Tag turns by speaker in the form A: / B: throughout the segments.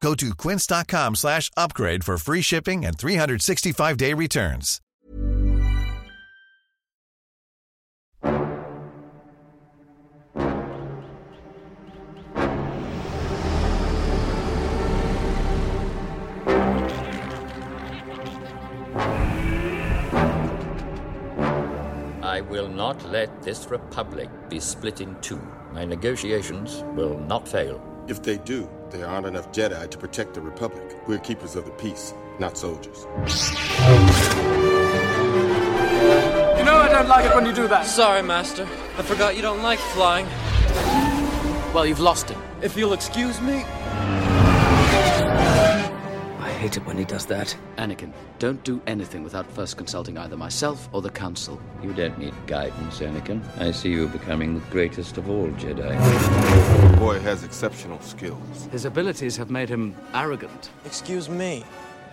A: Go to quince.com slash upgrade for free shipping and 365-day returns.
B: I will not let this republic be split in two. My negotiations will not fail.
C: If they do, there aren't enough Jedi to protect the Republic. We're keepers of the peace, not soldiers.
D: You know I don't like it when you do that.
E: Sorry, Master. I forgot you don't like flying.
D: Well, you've lost him.
E: If you'll excuse me.
F: I hate it when he does that.
G: Anakin, don't do anything without first consulting either myself or the Council.
B: You don't need guidance, Anakin. I see you becoming the greatest of all Jedi.
C: The boy has exceptional skills.
F: His abilities have made him arrogant.
E: Excuse me.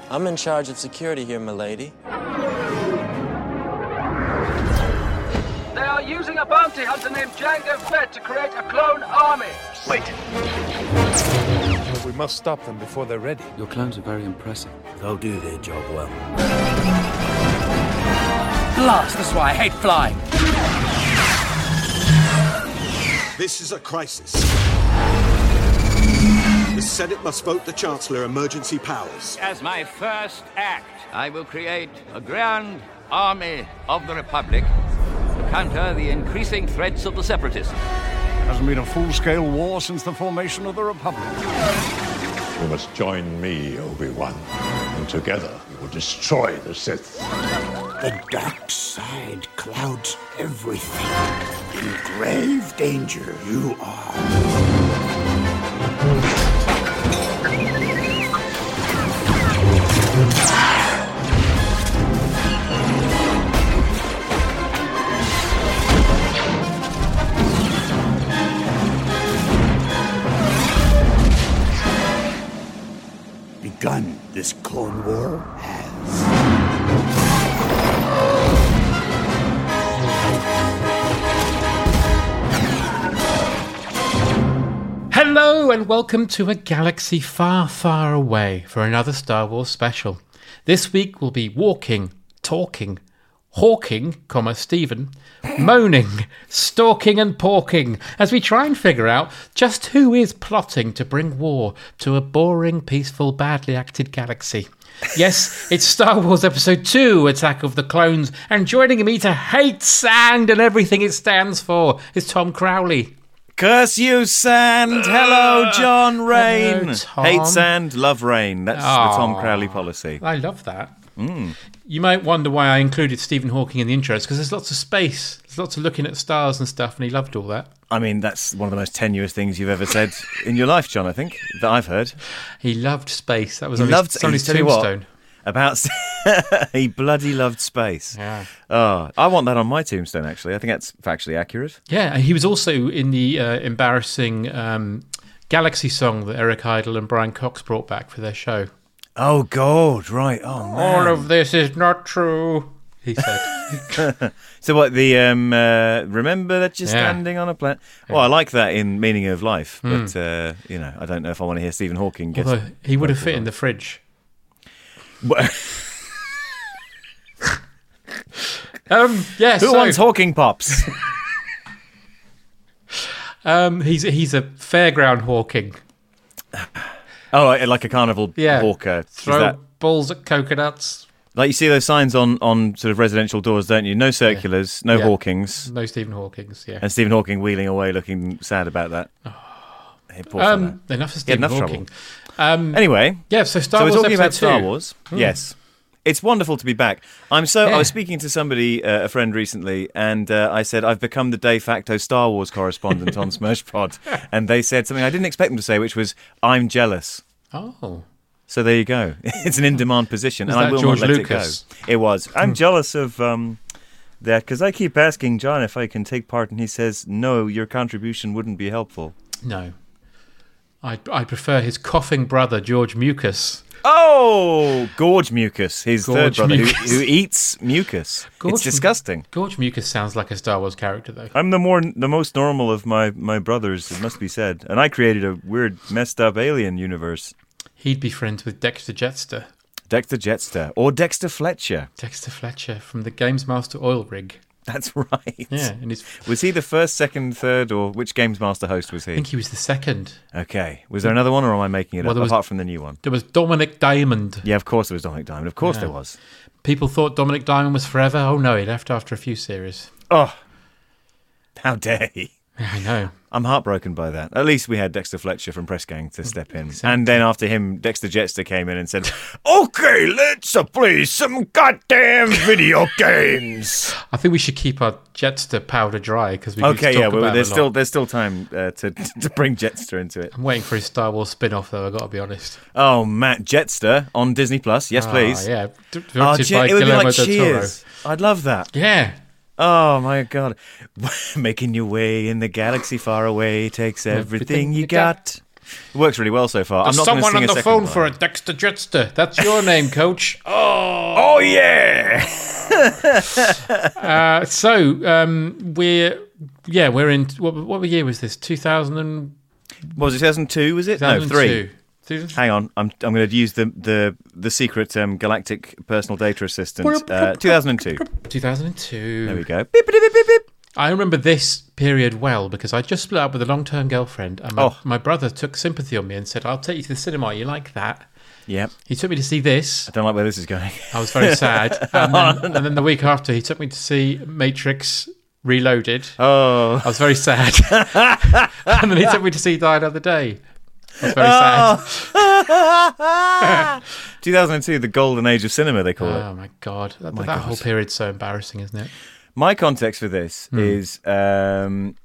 E: I'm in charge of security here, milady.
D: They are using a bounty hunter named Django Fett to create a clone army.
H: We must stop them before they're ready.
G: Your clones are very impressive.
F: They'll do their job well.
D: Blast, that's why I hate flying.
I: This is a crisis. The Senate must vote the Chancellor emergency powers.
B: As my first act, I will create a grand army of the Republic to counter the increasing threats of the separatists.
H: Hasn't been a full scale war since the formation of the Republic.
J: You must join me, Obi-Wan, and together we will destroy the Sith.
I: The dark side clouds everything. In grave danger you are. Begun this Clone War has.
K: Hello, and welcome to a galaxy far, far away for another Star Wars special. This week we'll be walking, talking, hawking, comma, Stephen, moaning, stalking, and porking as we try and figure out just who is plotting to bring war to a boring, peaceful, badly acted galaxy. Yes, it's Star Wars Episode 2, Attack of the Clones, and joining me to hate sand and everything it stands for is Tom Crowley.
L: Curse you, sand! Hello, John Rain.
K: Hello, Tom.
L: Hate sand, love rain. That's the Tom
K: Aw.
L: Crowley policy.
K: I love that.
L: Mm.
K: You might wonder why I included Stephen Hawking in the intros because there's lots of space, there's lots of looking at stars and stuff, and he loved all that.
L: I mean, that's one of the most tenuous things you've ever said in your life, John. I think that I've heard.
K: He loved space. That was
L: He
K: on his,
L: loved.
K: it's on his
L: tell you what,
K: tombstone.
L: about s- he bloody loved space.
K: Yeah.
L: Oh, I want that on my tombstone. Actually, I think that's factually accurate.
K: Yeah, and he was also in the uh, embarrassing um, Galaxy song that Eric Idle and Brian Cox brought back for their show.
L: Oh God, right. Oh man.
K: All of this is not true, he said.
L: So what the um uh, remember that you're
K: Yeah. Hmm.
L: standing on a planet? Well, I like that in meaning of life, but uh, you know, I don't know if I want to hear Stephen Hawking get
K: Although he would have fit in the fridge. Um, yeah,
L: Who
K: so-
L: wants Hawking pops?
K: Um, he's he's a fairground hawking.
L: oh, right, like a carnival
K: Yeah,
L: hawker. Is
K: throw
L: that
K: balls at coconuts.
L: Like you see those signs on, on sort of residential doors, don't you? No circulars, no
K: Yeah.
L: Hawkings,
K: No Stephen Hawking's, yeah.
L: and Stephen Hawking wheeling away, looking sad about that. Hey, poor
K: Um,
L: fella.
K: enough of
L: He had
K: Stephen Hawking.
L: trouble.
K: Um,
L: anyway,
K: yeah, so Star
L: we're
K: Wars
L: talking about
K: Episode
L: Star
K: Two.
L: Wars.
K: Hmm.
L: Yes, it's wonderful to be back. I'm so.
K: Yeah.
L: I was speaking to somebody, uh, a friend recently, and uh, I said I've become the de facto Star Wars correspondent on Pod, and they said something I didn't expect them to say, which was I'm jealous.
K: Oh.
L: So there you go. It's an in-demand position,
K: Was
L: and I
K: that
L: will
K: George
L: not let
K: Lucas? Hmm.
L: it go. It was. I'm jealous of um, that because I keep asking John if I can take part, and he says, "No, your contribution wouldn't be helpful."
K: No. I, I prefer his coughing brother, George Mucus.
L: Oh, gorge mucus. His
K: Gorge
L: third brother who,
K: mucus.
L: who eats mucus.
K: Gorge-
L: it's disgusting.
K: George Mucus sounds like a Star Wars character, though.
L: I'm the more the most normal of my my brothers. It must be said. And I created a weird, messed up alien universe.
K: He'd be friends with Dexter Jetster.
L: Dexter Jetster or Dexter Fletcher.
K: Dexter Fletcher from the Games Master oil rig.
L: That's right.
K: Yeah, and he's,
L: Was he the first, second, third, or which Games Master host was he?
K: I think he was the second.
L: Okay. Was there another one, or am I making it
K: Well,
L: up?
K: there was-
L: Apart from the new one.
K: There was Dominic Diamond.
L: Yeah, of course there was Dominic Diamond. Of course there was.
K: People thought Dominic Diamond was forever. Oh no, he left after a few series.
L: Oh, how dare he?
K: I know.
L: I'm heartbroken by that. At least we had Dexter Fletcher from Press Gang to step in. And then after him, Dexter Jetster came in and said, Okay, let's uh, play some goddamn video games.
K: I think we should keep our Jetster powder dry because we.
L: Okay,
K: could talk
L: yeah, well,
K: about
L: there's
K: it a
L: still
K: lot.
L: there's still time uh, to to bring Jetster into it.
K: I'm waiting for his Star Wars spin-off, though. I got to be honest.
L: Oh, Matt Jetster on Disney Plus, yes,
K: Ah,
L: please.
K: yeah. D-
L: oh,
K: directed
L: gee,
K: by
L: it would
K: Guillermo
L: be like
K: del Toro.
L: Cheers. I'd love that.
K: Yeah.
L: Oh my God, making your way in the galaxy far away takes everything you got. It works really well so far.
K: There's
L: I'm not gonna
K: someone
L: sing
K: on
L: a
K: the
L: second
K: phone
L: line.
K: for a Dexter Jetster. That's your name, Coach. Oh.
L: Oh yeah.
K: uh, so um, we're yeah we're in what, what year was this? Two thousand and
L: What was it 2002? Was it no
K: 2002.
L: three?
K: Two-
L: Hang on, I'm I'm going to use the the the secret um, galactic personal data assistant. Uh, 2002.
K: 2002.
L: There we go.
K: I remember this period well because I just split up with a long term girlfriend and my,
L: Oh.
K: my brother took sympathy on me and said, I'll take you to the cinema. You like that?
L: Yep.
K: He took me to see this.
L: I don't like where this is going.
K: I was very sad. And
L: Oh,
K: then, and then the week after, he took me to see Matrix Reloaded.
L: Oh.
K: I was very sad. and then he took me to see Die Another Day. I was very sad.
L: sad. 2002, the golden age of cinema, they call it.
K: Oh my God. That,
L: My
K: that
L: God.
K: whole period's so embarrassing, isn't it?
L: My context for this
K: Hmm.
L: is um,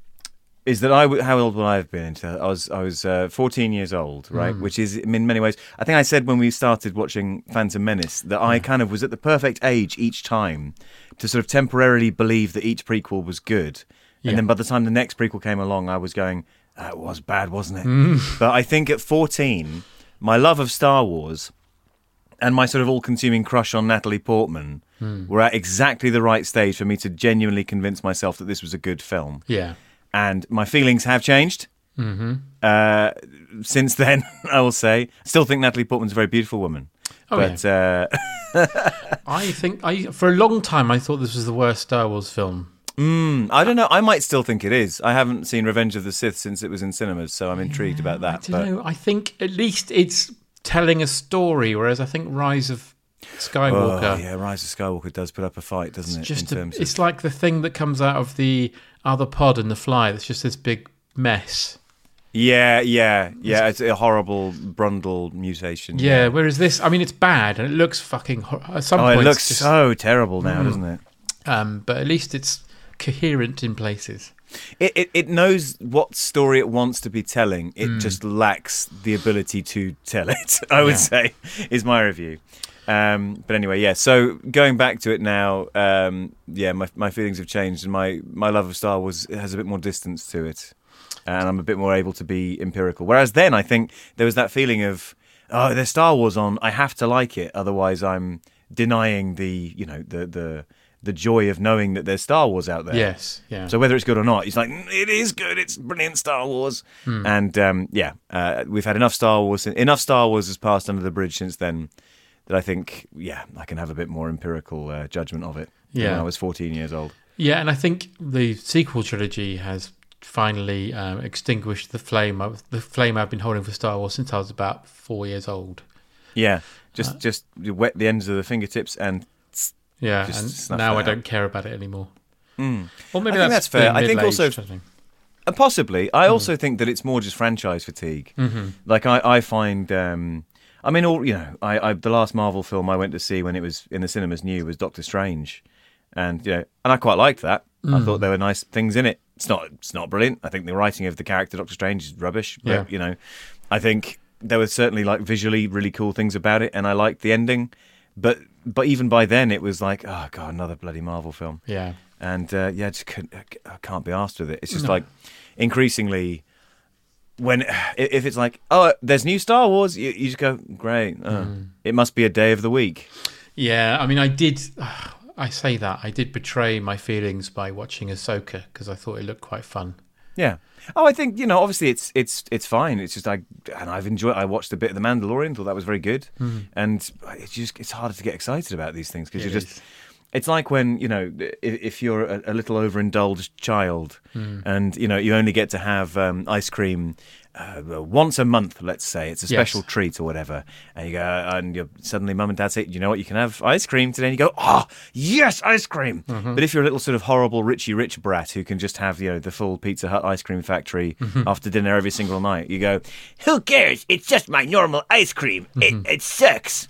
L: is that I w- how old would I have been? Into I was I was uh, fourteen years old, right?
K: Hmm.
L: Which is in many ways, I think I said when we started watching Phantom Menace that I
K: Hmm.
L: kind of was at the perfect age each time to sort of temporarily believe that each prequel was good,
K: Yeah.
L: and then by the time the next prequel came along, I was going, "That was bad, wasn't it?"
K: Mm.
L: But I think at fourteen, my love of Star Wars and my sort of all-consuming crush on Natalie Portman
K: Hmm.
L: were at exactly the right stage for me to genuinely convince myself that this was a good film.
K: Yeah.
L: And my feelings have changed
K: Mm-hmm.
L: uh, since then. I will say, still think Natalie Portman's a very beautiful woman,
K: Oh,
L: but uh,
K: I think I for a long time I thought this was the worst Star Wars film.
L: mm, I don't know. I might still think it is. I haven't seen Revenge of the Sith since it was in cinemas, so I'm intrigued about that.
K: Do
L: Uh, But
K: you know, I think at least it's telling a story, whereas I think Rise of
L: Oh,
K: Skywalker.
L: yeah, Rise of Skywalker does put up a fight, doesn't
K: it's
L: it?
K: just
L: in
K: a,
L: terms of
K: it's like the thing that comes out of the other pod and the fly. That's just this big mess.
L: yeah, yeah, yeah. It's a horrible Brundle mutation.
K: Yeah. Whereas this, I mean, it's bad and it looks fucking. Hor- at some
L: oh,
K: point,
L: it looks
K: just,
L: so terrible now,
K: Mm.
L: doesn't it?
K: Um, but at least it's coherent in places.
L: It, it it knows what story it wants to be telling. It
K: Mm.
L: just lacks the ability to tell it. I would
K: Yeah.
L: say is my review. Um, but anyway, yeah. So going back to it now, um, yeah, my my feelings have changed, and my my love of Star Wars has a bit more distance to it, uh, and I'm a bit more able to be empirical. Whereas then, I think there was that feeling of oh, there's Star Wars on. I have to like it, otherwise I'm denying the you know the the the joy of knowing that there's Star Wars out there.
K: Yes, yeah.
L: So whether it's good or not, it's like "Mm, it is good. It's brilliant Star Wars.
K: Hmm.
L: And um, yeah, uh, we've had enough Star Wars. Enough Star Wars has passed under the bridge since then that I think yeah, I can have a bit more empirical uh, judgment of it. than
K: Yeah.
L: when I was 14 years old.
K: Yeah, and I think the sequel trilogy has finally um, extinguished the flame of the flame I've been holding for Star Wars since I was about four years old. Uh,
L: Yeah, just just wet the ends of the fingertips and
K: Yeah,
L: Just
K: and
L: snuff
K: now
L: that
K: I
L: out.
K: don't care about it anymore.
L: Mm.
K: Or maybe
L: I think
K: that's
L: that's fair.
K: being
L: I think
K: middle-aged,
L: also,
K: I think.
L: Uh, possibly. I
M: Hmm.
L: also think that it's more just franchise fatigue.
M: Mm-hmm.
K: Mhm.
L: Like I, I find, um, I mean, all you know, I, I the last Marvel film I went to see when it was in the cinemas new was Doctor Strange, and you know, and I quite liked that. I
M: Mm.
L: thought there were nice things in it. It's not, it's not brilliant. I think the writing of the character Doctor Strange is rubbish. But,
M: Yeah.
L: You know, I think there were certainly like visually really cool things about it, and I liked the ending. But but even by then, it was like, oh god, another bloody Marvel film.
K: Yeah.
L: And uh, yeah, I just couldn't, I can't be asked with it. It's just
K: No.
L: like increasingly when if it's like, oh, there's new Star Wars, you, you just go, great. Oh,
K: Mm.
L: It must be a day of the week.
K: Yeah, I mean, I did. I say that I did betray my feelings by watching Ahsoka because I thought it looked quite fun.
L: Yeah. Oh, I think you know. Obviously, it's it's it's fine. It's just I and I've enjoyed. I watched a bit of The Mandalorian. Thought that was very good.
M: Mm.
L: And it's just it's harder to get excited about these things because
M: It
L: you're just. It's like when you know i- if you're a, a little overindulged child,
M: Mm.
L: and you know you only get to have um, ice cream uh, once a month. Let's say it's a
M: Yes.
L: special treat or whatever, and you go and you're, suddenly mum and dad say, "You know what? You can have ice cream today." And you go, "Ah, yes, ice cream!"
M: Mhm.
L: But if you're a little sort of horrible Richie Rich brat who can just have you know the full Pizza Hut ice cream factory
M: Mhm.
L: after dinner every single night, you go,
M: Who cares? It's just my normal ice cream. It, it sucks.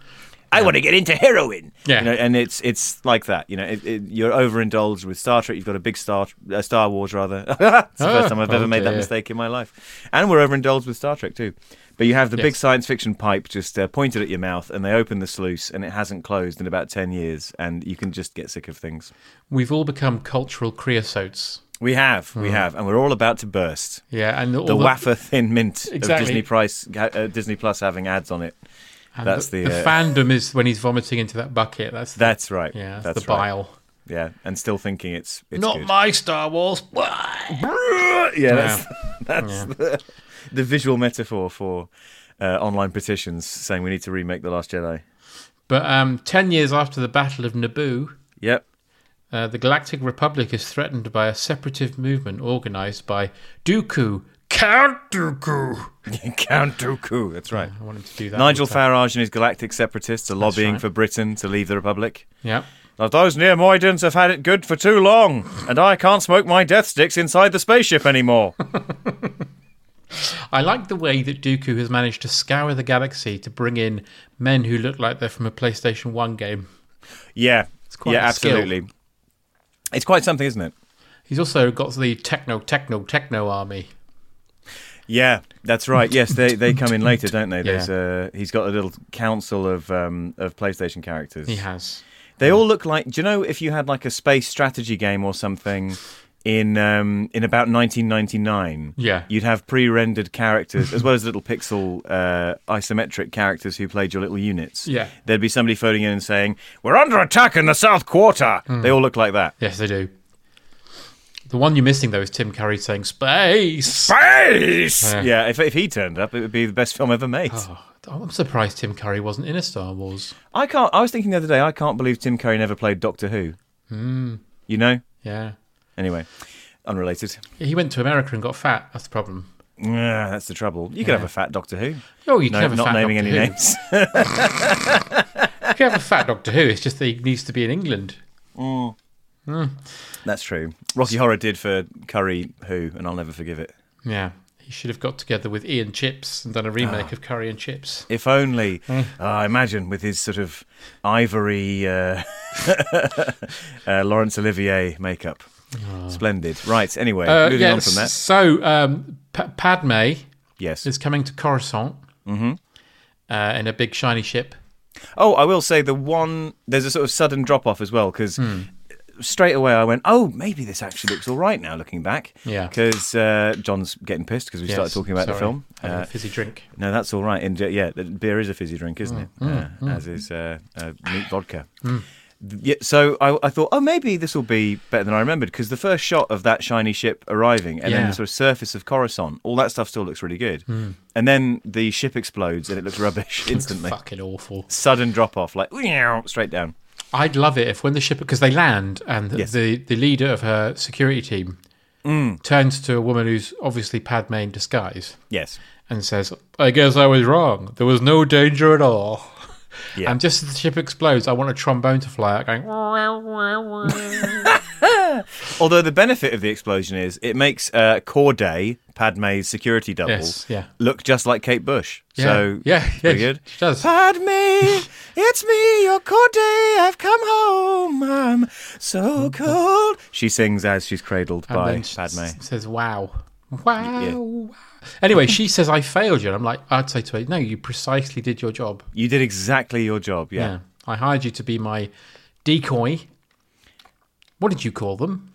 M: I want to get into heroin.
L: Yeah, you know, and it's it's like that. You know, it, it, you're overindulged with Star Trek. You've got a big Star uh, Star Wars rather. it's the
M: Oh,
L: first time I've ever
M: oh
L: made that
M: dear.
L: mistake in my life. And we're overindulged with Star Trek too. But you have the big
M: Yes.
L: science fiction pipe just uh, pointed at your mouth, and they open the sluice, and it hasn't closed in about ten years, and you can just get sick of things.
K: We've all become cultural creosotes.
L: We have, we
K: Mm.
L: have, and we're all about to burst.
K: Yeah, and
L: the,
K: all the-
L: wafer thin mint
K: Exactly.
L: of Disney Price, uh, Disney Plus having ads on it.
K: And
L: That's the, uh,
K: fandom is when he's vomiting into that bucket. That's
L: That's right.
K: Yeah, that's,
L: that's
K: the
L: right.
K: bile.
L: Yeah, and still thinking it's, it's
K: Not
L: good.
K: my Star Wars.
L: yeah, that's, that's
K: Yeah.
L: The, the visual metaphor for uh, online petitions saying we need to remake The Last Jedi.
K: But um, ten years after the Battle of Naboo,
L: yep,
K: uh, the Galactic Republic is threatened by a separatist movement organised by Dooku, Count Dooku,
L: Count Dooku. That's right.
K: I wanted to do that.
L: Nigel
K: all the time.
L: Farage and his galactic separatists are lobbying
K: right.
L: for Britain to leave the Republic.
K: Yep.
L: Now, those Neomoidans have had it good for too long, and I can't smoke my death sticks inside the spaceship anymore.
K: I like the way that Dooku has managed to scour the galaxy to bring in men who look like they're from a PlayStation One game.
L: yeah,
K: quite
L: yeah,
K: a skill.
L: absolutely. It's quite something, isn't it?
K: He's also got the techno, techno, techno army.
L: Yeah, that's right. Yes, they, they come in later, don't they?
K: Yeah.
L: There's uh, he's got a little council of um, of PlayStation characters.
K: He has.
L: They all look like. Do you know if you had like a space strategy game or something in um, in about 1999?
K: Yeah.
L: you'd have pre-rendered characters as well as little pixel uh, isometric characters who played your little units.
K: Yeah.
L: there'd be somebody phoning in and saying, "We're under attack in the South Quarter."
K: Hmm.
L: They all look like that.
K: Yes, they do. The one you're missing though is Tim Curry saying space.
L: Space.
K: Yeah.
L: Yeah, if if he turned up, it would be the best film ever made.
K: Oh, I'm surprised Tim Curry wasn't in a Star Wars.
L: I can't. I was thinking the other day. I can't believe Tim Curry never played Doctor Who.
K: Hmm.
L: You know.
K: Yeah.
L: Anyway, unrelated.
K: He went to America and got fat. That's the problem.
L: Yeah, that's the trouble. You could
K: Yeah.
L: have a fat Doctor Who.
K: Oh, you can
L: No,
K: have a
L: not
K: fat
L: naming
K: Doctor
L: any
K: Who.
L: names.
K: you can have a fat Doctor Who. It's just that he needs to be in England. Hmm.
L: That's true. Rocky Horror did for Curry Who, and I'll never forgive it.
K: Yeah. He should have got together with Ian Chips and done a remake
L: Ah.
K: of Curry and Chips.
L: If only,
K: Hmm.
L: I imagine, with his sort of ivory uh, uh, Laurence Olivier makeup. Splendid. Right, anyway,
K: Ah. Uh,
L: moving on
K: yes,
L: from that.
K: So um, Pa- Padme,
L: yes,
K: is coming to Coruscant
L: Mhm.
K: uh, in a big shiny ship.
L: Oh, I will say the one, there's a sort of sudden drop off as well, because
K: Hmm.
L: straight away I went, oh, maybe this actually looks all right now looking back.
K: Yeah.
L: Because uh, John's getting pissed because we
K: Yes,
L: started talking about the
K: sorry.
L: film.
K: Having a
L: Uh,
K: fizzy drink.
L: No, that's all right. And uh, yeah, the beer is a fizzy drink, isn't it?
K: Mm, mm,
L: uh,
K: mm.
L: As is uh, uh, meat vodka.
K: Mm.
L: Th- Yeah, so I, I thought, oh, maybe this will be better than I remembered because the first shot of that shiny ship arriving and then
M: Yeah.
L: the sort of surface of Coruscant, all that stuff still looks really good.
K: Hmm.
M: Mm.
L: And then the ship explodes and it looks rubbish instantly.
K: fucking awful.
L: Sudden drop off, like straight down.
K: I'd love it if when the ship because they land and
L: Yes. Mm.
K: the the leader of her security team turns to a woman who's obviously Padme in disguise.
L: Yes.
K: and says, "I guess I was wrong. There was no danger at all."
L: Yeah.
K: And just as the ship explodes, I want a trombone to fly out going.
L: Although the benefit of the explosion is it makes uh, Corday, Padme's security double,
K: Yes, yeah.
L: look just like Kate Bush.
K: Yeah.
L: So
K: Yeah,
L: it's pretty
K: yeah,
L: good.
K: She does.
L: Padme, it's me, your Corday. I've come home. I'm so cold. She sings as she's cradled
K: And
L: by
K: then she
L: Padme.
K: s- says, wow. Wow.
L: Yeah.
K: wow." Anyway, she says, I failed you. And I'm like, I'd say to her, no, you precisely did your job.
L: You did exactly your job. Yeah.
K: I hired you to be my decoy. What did you call them?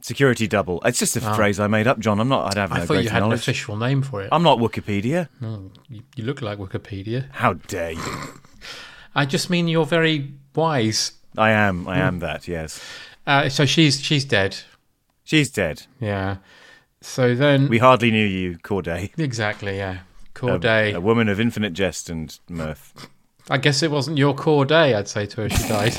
L: Security double. It's just a
K: Ah.
L: phrase I made up, John. I'm not. I'd have no
K: I thought
L: great
K: you had an
L: knowledge. Um,
K: official name for it.
L: I'm not Wikipedia.
K: No, you, you look like Wikipedia.
L: How dare you?
K: I just mean you're very wise.
L: I am. I am
K: Hmm.
L: that. Yes.
K: Uh, so she's she's dead.
L: She's dead.
K: Yeah. So then
L: we Um, hardly knew you, Corday.
K: Exactly. Yeah.
L: A-
K: Corday.
L: a woman of infinite jest and mirth.
K: I guess it wasn't your Corday. I'd say to her, she died.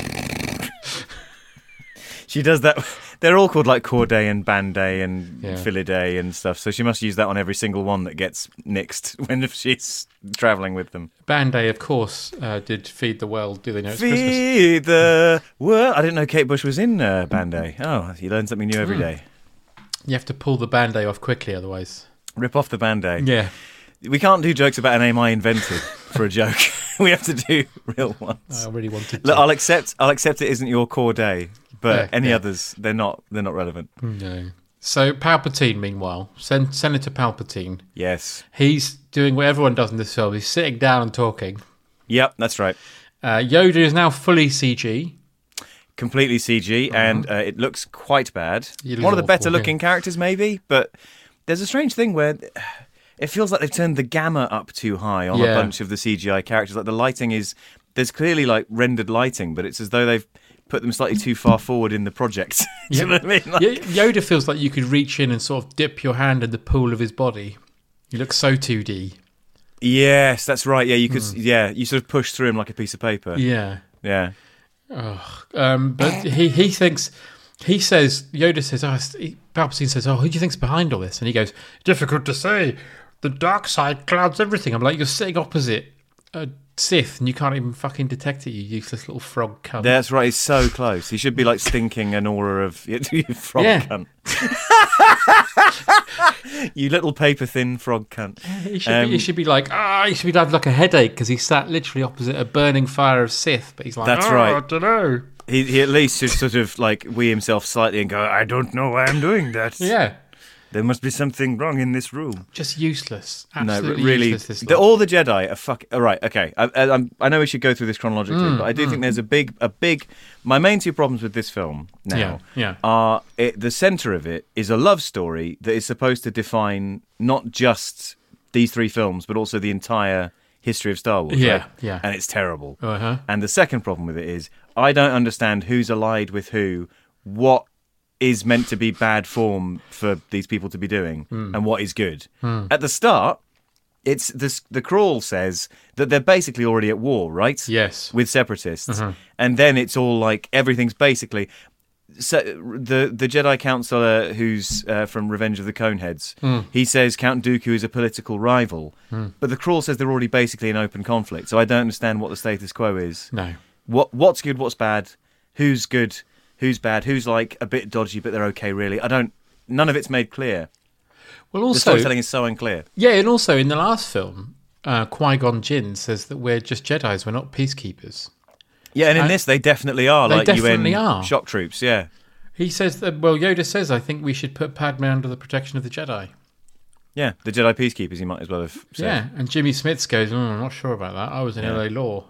L: She does that. They're all called like Corday and Banday and
K: Yeah.
L: Filiday and stuff. So she must use that on every single one that gets nixed when she's traveling with them.
K: Band-Aid, of course, uh, did feed the world. Do they know it's Christmas?
L: Feed the world. I didn't know Kate Bush was in uh, Banday. Oh, you learn something new every
K: Hmm.
L: day.
K: You have to pull the Band-Aid off quickly, otherwise.
L: Rip off the band aid.
K: Yeah.
L: We can't do jokes about a name I invented for a joke. we have to do real ones.
K: I really wanted
L: Look,
K: to.
L: I'll accept. I'll accept it isn't your core day, but
K: Yeah,
L: any
K: yeah. Hmm.
L: others, they're not. They're not relevant.
K: No. So Palpatine, meanwhile, Sen- Senator Palpatine,
L: Yes.
K: he's doing what everyone does in this film. He's sitting down and talking.
L: Yep, that's right.
K: Uh, Yoda is now fully CG.
L: Completely CG,
K: Uh-huh.
L: and uh, it looks quite bad. One of
K: It looks
L: the
K: awful,
L: better
K: yeah.
L: looking characters, maybe. But there's a strange thing where it feels like they've turned the gamma up too high on
K: Yeah.
L: a bunch of the CGI characters. Like the lighting is there's clearly like rendered lighting, but it's as though they've put them slightly too far forward in the project. do you know what I mean? Like,
K: Yo- Yoda feels like you could reach in and sort of dip your hand in the pool of his body. He looks so 2D.
L: Yes, that's right. Yeah, you could. Yeah, you sort of push through him like a piece of paper.
K: Hmm. Yeah.
L: Yeah.
K: Ugh. Um, but he, he thinks, he says, Yoda says, oh, it's- he, Palpatine says, oh, who do you think's behind all this? And he goes, difficult to say. The dark side clouds everything. I'm like, you're sitting opposite a Sith and you can't even fucking detect it, you useless little frog cunt.
L: That's right. He's so close. He should be like stinking an aura of you frog
K: Yeah.
L: cunt. you little paper thin frog cunt.
K: He should,
L: Um,
K: be, he should be like, ah, he should be have like a headache because he sat literally opposite a burning fire of Sith, but he's like,
L: That's
K: "Oh,
L: right.
K: I don't know.
L: He, he at least should sort of like wee himself slightly and go, I don't know why I'm doing that.
K: Yeah.
L: There must be something wrong in this room.
K: Just useless.
L: no,
K: Absolutely
L: re- really.
K: useless. This
L: the- all the Jedi are fuck. All right, okay. I, I, I'm- I know we should go through this chronologically,
K: Mm,
L: but I do
K: mm.
L: think there's a big, a big. My main two problems with this film now
K: Yeah, yeah.
L: are it, the center of it is a love story that is supposed to define not just these three films, but also the entire history of Star Wars.
K: Yeah,
L: right?
K: yeah.
L: And it's terrible.
K: Uh-huh.
L: And the second problem with it is I don't understand who's allied with who, what is meant to be bad form for these people to be doing,
N: Mm.
L: and what is good.
K: Hmm.
N: Mm.
L: At the start, it's this the crawl says that they're basically already at war, right? Yes, with separatists,
K: Mhm.
L: and then it's all like everything's basically. So the the Jedi counselor who's uh, from Revenge of the Coneheads,
K: Mm.
L: he says Count Dooku is a political rival,
K: Mm.
L: but the crawl says they're already basically in open conflict. So I don't understand what the status quo is.
K: No.
L: What what's good, what's bad, who's good, who's bad, who's like a bit dodgy but they're okay really. I don't. None of it's made clear.
K: Well,
L: the
K: also-
L: storytelling is so unclear.
K: Yeah, and also in the last film, uh, Qui Gon Jinn says that we're just Jedi's, we're not peacekeepers.
L: Yeah, and in
K: And
L: this they definitely are
K: they
L: like
K: definitely
L: UN
K: are.
L: shock troops. Yeah,
K: He says that, well, Yoda says, I think we should put Padme under the protection of the Jedi.
L: yeah, the Jedi peacekeepers. You might as well have. Said.
K: Yeah, and Jimmy Smits goes, mm, I'm not sure about that. I was in
L: Yeah.
K: LA law.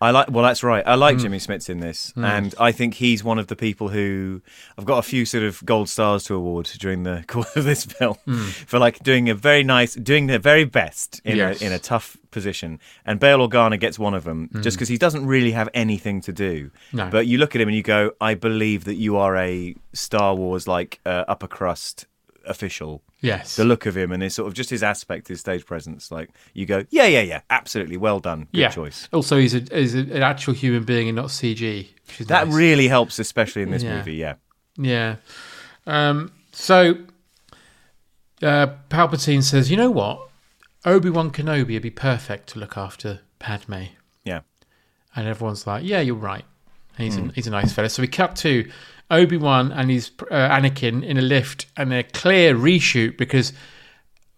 L: I like. Well, that's right. I like
K: Mm.
L: Jimmy Smits in this,
K: Mm.
L: and I think he's one of the people who I've got a few sort of gold stars to award during the course of this film
K: Mm.
L: for like doing a very nice, doing their very best in
K: Yes.
L: a in a tough position. And Bail Organa gets one of them just
K: Mm.
L: because he doesn't really have anything to do.
K: No.
L: But you look at him and you go, I believe that you are a Star Wars like uh, upper crust official.
K: Yes.
L: The look of him and his sort of just his aspect, his stage presence. Like you go, yeah, yeah, yeah, absolutely, well done, good
K: yeah.
L: choice.
K: Also, he's, a, he's a, an actual human being and not CG. Which is
L: That
K: nice.
L: really helps, especially in this
K: Yeah.
L: movie. Yeah.
K: Yeah. Um, so uh, Palpatine says, you know what? Obi Wan Kenobi would be perfect to look after Padme.
L: Yeah.
K: And everyone's like, yeah, you're right. And he's,
L: Hmm.
K: a, he's a nice fella. So we cut to Obi Wan and his uh, Anakin in a lift, and a clear reshoot because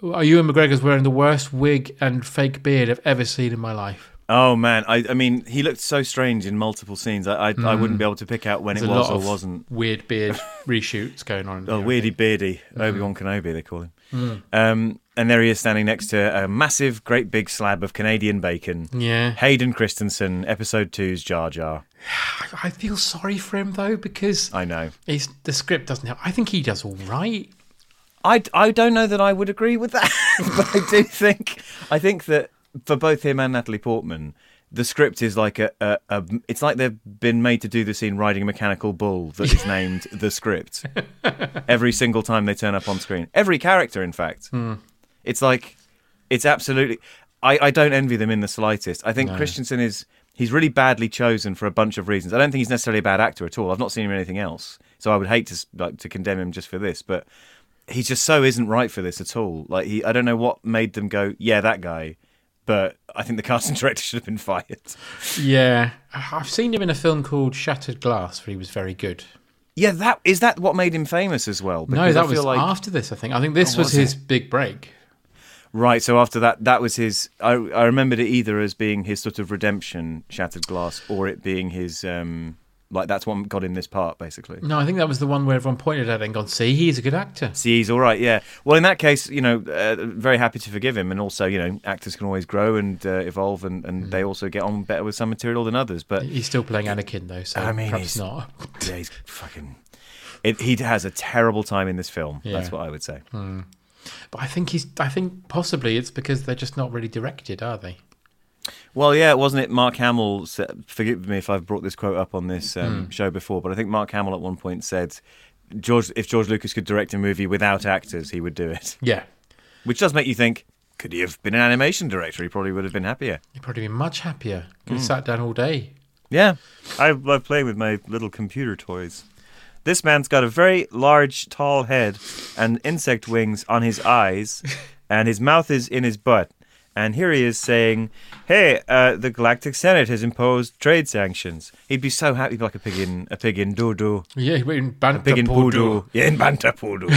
K: Ewan McGregor's wearing the worst wig and fake beard I've ever seen in my life.
L: Oh man, I, I mean, he looked so strange in multiple scenes. I I, I
K: Mm.
L: wouldn't be able to pick out when
K: There's
L: it
K: a
L: was
K: lot
L: or
K: of
L: wasn't.
K: Weird beard reshoots going on.
L: Oh,
K: here, I
L: weirdy
K: think.
L: beardy
K: Mhm.
L: Obi Wan Kenobi, they call him.
K: Mm.
L: Um, and there he is standing next to a massive, great big slab of Canadian bacon.
K: Yeah.
L: Hayden Christensen, Episode Two's Jar Jar.
K: I feel sorry for him though because
L: I know.
K: he's, the script doesn't help. I think he does all right.
L: I, I don't know that I would agree with that, but I do think I think that for both him and Natalie Portman, the script is like a, a, a it's like they've been made to do the scene riding a mechanical bull that is named the script every single time they turn up on screen. Every character, in fact,
K: Hmm.
L: it's like it's absolutely. I, I don't envy them in the slightest. I think
K: No.
L: Christensen is he's really badly chosen for a bunch of reasons. I don't think he's necessarily a bad actor at all. I've not seen him in anything else, so I would hate to s- like to condemn him just for this. But he just so isn't right for this at all. Like he, I don't know what made them go, yeah, that guy. But I think the casting director should have been fired.
K: Yeah, I've seen him in a film called Shattered Glass where he was very good.
L: Yeah, that is that what made him famous as well.
K: no,
L: Because I
K: that
L: feel
K: was
L: like-
K: after this. I think. I think this
L: Oh,
K: was,
L: was
K: his
L: it?
K: big break.
L: Right, so after that, that was his. I, I remembered it either as being his sort of redemption, Shattered Glass, or it being his. Um, like, that's what got him this part, basically.
K: No, I think that was the one where everyone pointed at it and gone, "See, he's a good actor."
L: See, he's all right, yeah. Well, in that case, you know, uh, very happy to forgive him. And also, you know, actors can always grow and uh, evolve, and, and
K: Mm.
L: they also get on better with some material than others. But
K: He's still playing Anakin though, so
L: I mean,
K: perhaps
L: he's-
K: not.
L: yeah, he's fucking. It, he has a terrible time in this film. That's
K: Yeah.
L: what I would say.
K: Hmm. But I think he's. I think possibly it's because they're just not really directed, are they?
L: Well, yeah, wasn't it Mark Hamill? sa- Forgive me if I've brought this quote up on this um,
K: Mm.
L: show before, but I think Mark Hamill at one point said, "George, if George Lucas could direct a movie without actors, he would do it."
K: Yeah.
L: which does make you think: Could he have been an animation director? He probably would have been happier.
K: He'd probably be much happier. Could have
L: Mm.
K: sat down all day.
L: Yeah, I love playing with my little computer toys.
N: This man's got a very large, tall head and insect wings on his eyes, and his mouth is in his butt. And here he is saying, "Hey, uh, the Galactic Senate has imposed trade sanctions."
L: He'd be so happy, like a pig in a pig in dodo.
K: Yeah, he went in
L: a pig in
K: Bantapudu.
L: poodoo. Yeah, in bantapudu.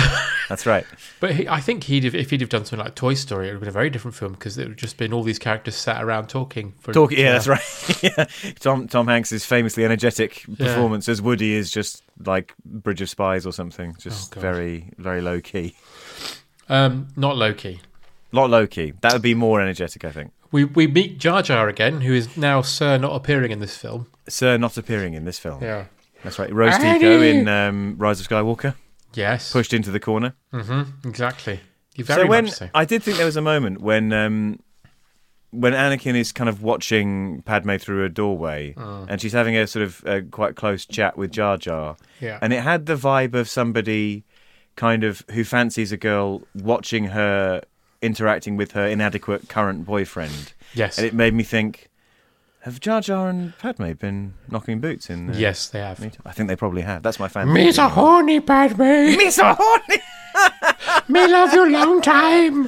L: That's right.
K: But he, I think he'd have, if he'd have done something like Toy Story, it would have been a very different film because it would have just been all these characters sat around talking. For
L: Talk, yeah, that's
K: for
L: right. yeah. Tom Tom Hanks' famously energetic
K: Yeah.
L: performance as Woody is just like Bridge of Spies or something, just
K: Oh, God.
L: very very low key.
K: Um, not Loki.
L: Not low key. That would be more energetic, I think.
K: We we meet Jar Jar again, who is now Sir not appearing in this film.
L: Sir not appearing in this film.
K: Yeah.
L: that's right. Rose
K: Eddie!
L: Tico in um, Rise of Skywalker.
K: Yes,
L: pushed into the corner.
K: Mm-hmm. Exactly. You very
L: so when
K: much so.
L: I did think there was a moment when um, when Anakin is kind of watching Padme through a doorway,
K: Mm.
L: and she's having a sort of uh quite close chat with Jar Jar,
K: Yeah.
L: and it had the vibe of somebody kind of who fancies a girl watching her interacting with her inadequate current boyfriend.
K: Yes.
L: and it made me think. Have Jar Jar and Padme been knocking boots in? Uh,
K: Yes, they have.
L: meet- I think they probably have. That's my fan.
K: Me
L: theory.
K: so horny, Padme.
L: Me so horny.
K: me love you long time.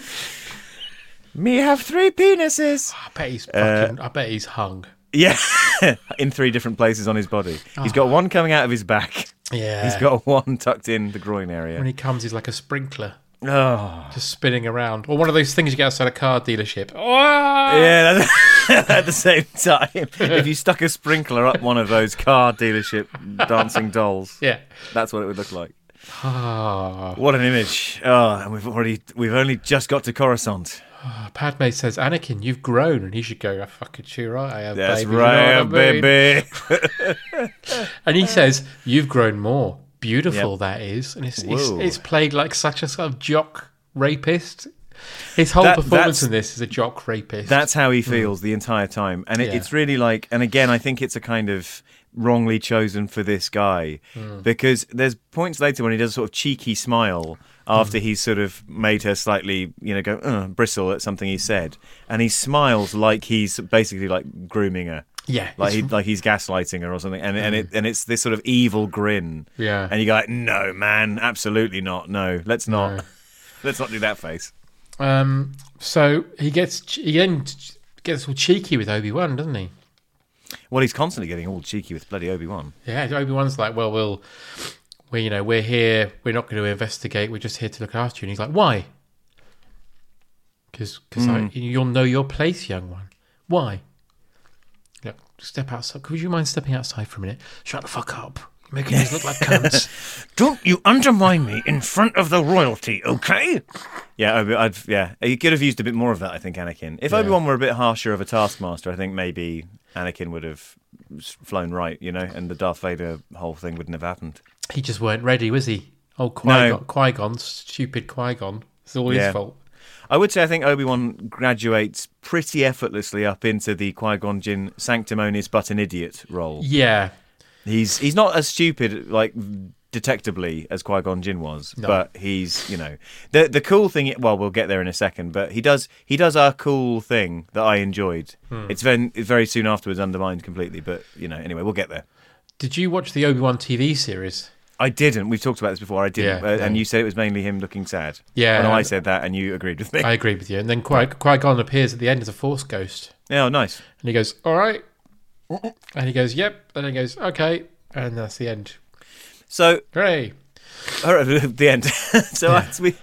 N: Me have three penises.
K: I bet he's
L: Uh,
K: fucking. I bet he's hung.
L: Yeah, in three different places on his body. He's got one coming out of his back.
K: Ah. Yeah.
L: He's got one tucked in the groin area.
K: When he comes, he's like a sprinkler.
L: Oh.
K: Just spinning around, or one of those things you get outside a car dealership. Oh.
L: Yeah, that's, at the same time, if you stuck a sprinkler up one of those car dealership dancing dolls,
K: Yeah.
L: that's what it would look like.
K: Ah.
L: What an image! Oh, and we've already we've only just got to Coruscant.
K: Ah, Padme says, "Anakin, you've grown," and he should go, "I fucking sure right, I have."
L: That's
K: baby, you know
L: right,
K: what I mean?"
L: baby. Uh.
K: and he says, "You've grown more. Beautiful
L: Yep.
K: that is." And it's, it's
L: Whoa.
K: it's played like such a sort of jock rapist. His whole
L: That-
K: performance
L: that's-
K: in this is a jock rapist.
L: That's how he feels the entire time. And it,
K: Mm. Yeah.
L: it's really like, and again, I think it's a kind of wrongly chosen for this guy
K: Mm.
L: because there's points later when he does a sort of cheeky smile
K: Mm.
L: after he's sort of made her slightly, you know, go uh, bristle at something he said. And he smiles like he's basically like grooming her.
K: Yeah,
L: like he,
K: it's-
L: like he's gaslighting her or something, and and it
K: Mm.
L: and it's this sort of evil grin.
K: Yeah.
L: and you go like, no, man, absolutely not. No, let's not, let's not do that face.
K: Um, so he gets he then gets all cheeky with Obi Wan, doesn't he?
L: Well, he's constantly getting all cheeky with bloody Obi Wan.
K: Yeah, Obi Wan's like, well, we'll, we, you know, we're here. We're not going to investigate. We're just here to look after you. And he's like, why? Because
L: Mm.
K: you'll know your place, young one. Why? Look, step outside. Could you mind stepping outside for a minute? Shut the fuck up. You're making us look like cunts.
O: Don't you undermine me in front of the royalty, okay?
L: Yeah, Obi- I'd, yeah. He could have used a bit more of that, I think, Anakin. If
O: Yeah.
L: Obi Wan were a bit harsher of a taskmaster, I think maybe Anakin would have s- flown right, you know, and the Darth Vader whole thing wouldn't have happened.
K: He just weren't ready, was he? Oh, Qui Gon,
L: No.
K: Qui Gon, stupid Qui Gon. It's all
L: Yeah.
K: his fault.
L: I would say I think Obi Wan graduates pretty effortlessly up into the Qui Gon Jinn sanctimonious but an idiot role.
K: Yeah.
L: he's he's not as stupid like detectably as Qui Gon Jinn was,
O: No.
L: but he's you know the the cool thing. Well, we'll get there in a second, but he does he does a cool thing that I enjoyed.
K: Hmm.
L: It's then very soon afterwards undermined completely, but you know anyway we'll get there.
K: Did you watch the Obi Wan TV series?
L: I didn't. We've talked about this before. I didn't,
K: Yeah,
L: Uh, and
K: no.
L: you said it was mainly him looking sad.
K: Yeah.
L: and I said that, and you agreed with me.
K: I agreed with you. And then Qui Gon appears at the end as a Force ghost.
L: Yeah, oh, nice.
K: And he goes, "All right," and he goes, "Yep," and he goes, "Okay," and that's the end.
L: So
K: hooray!
L: All right, the end. so as we,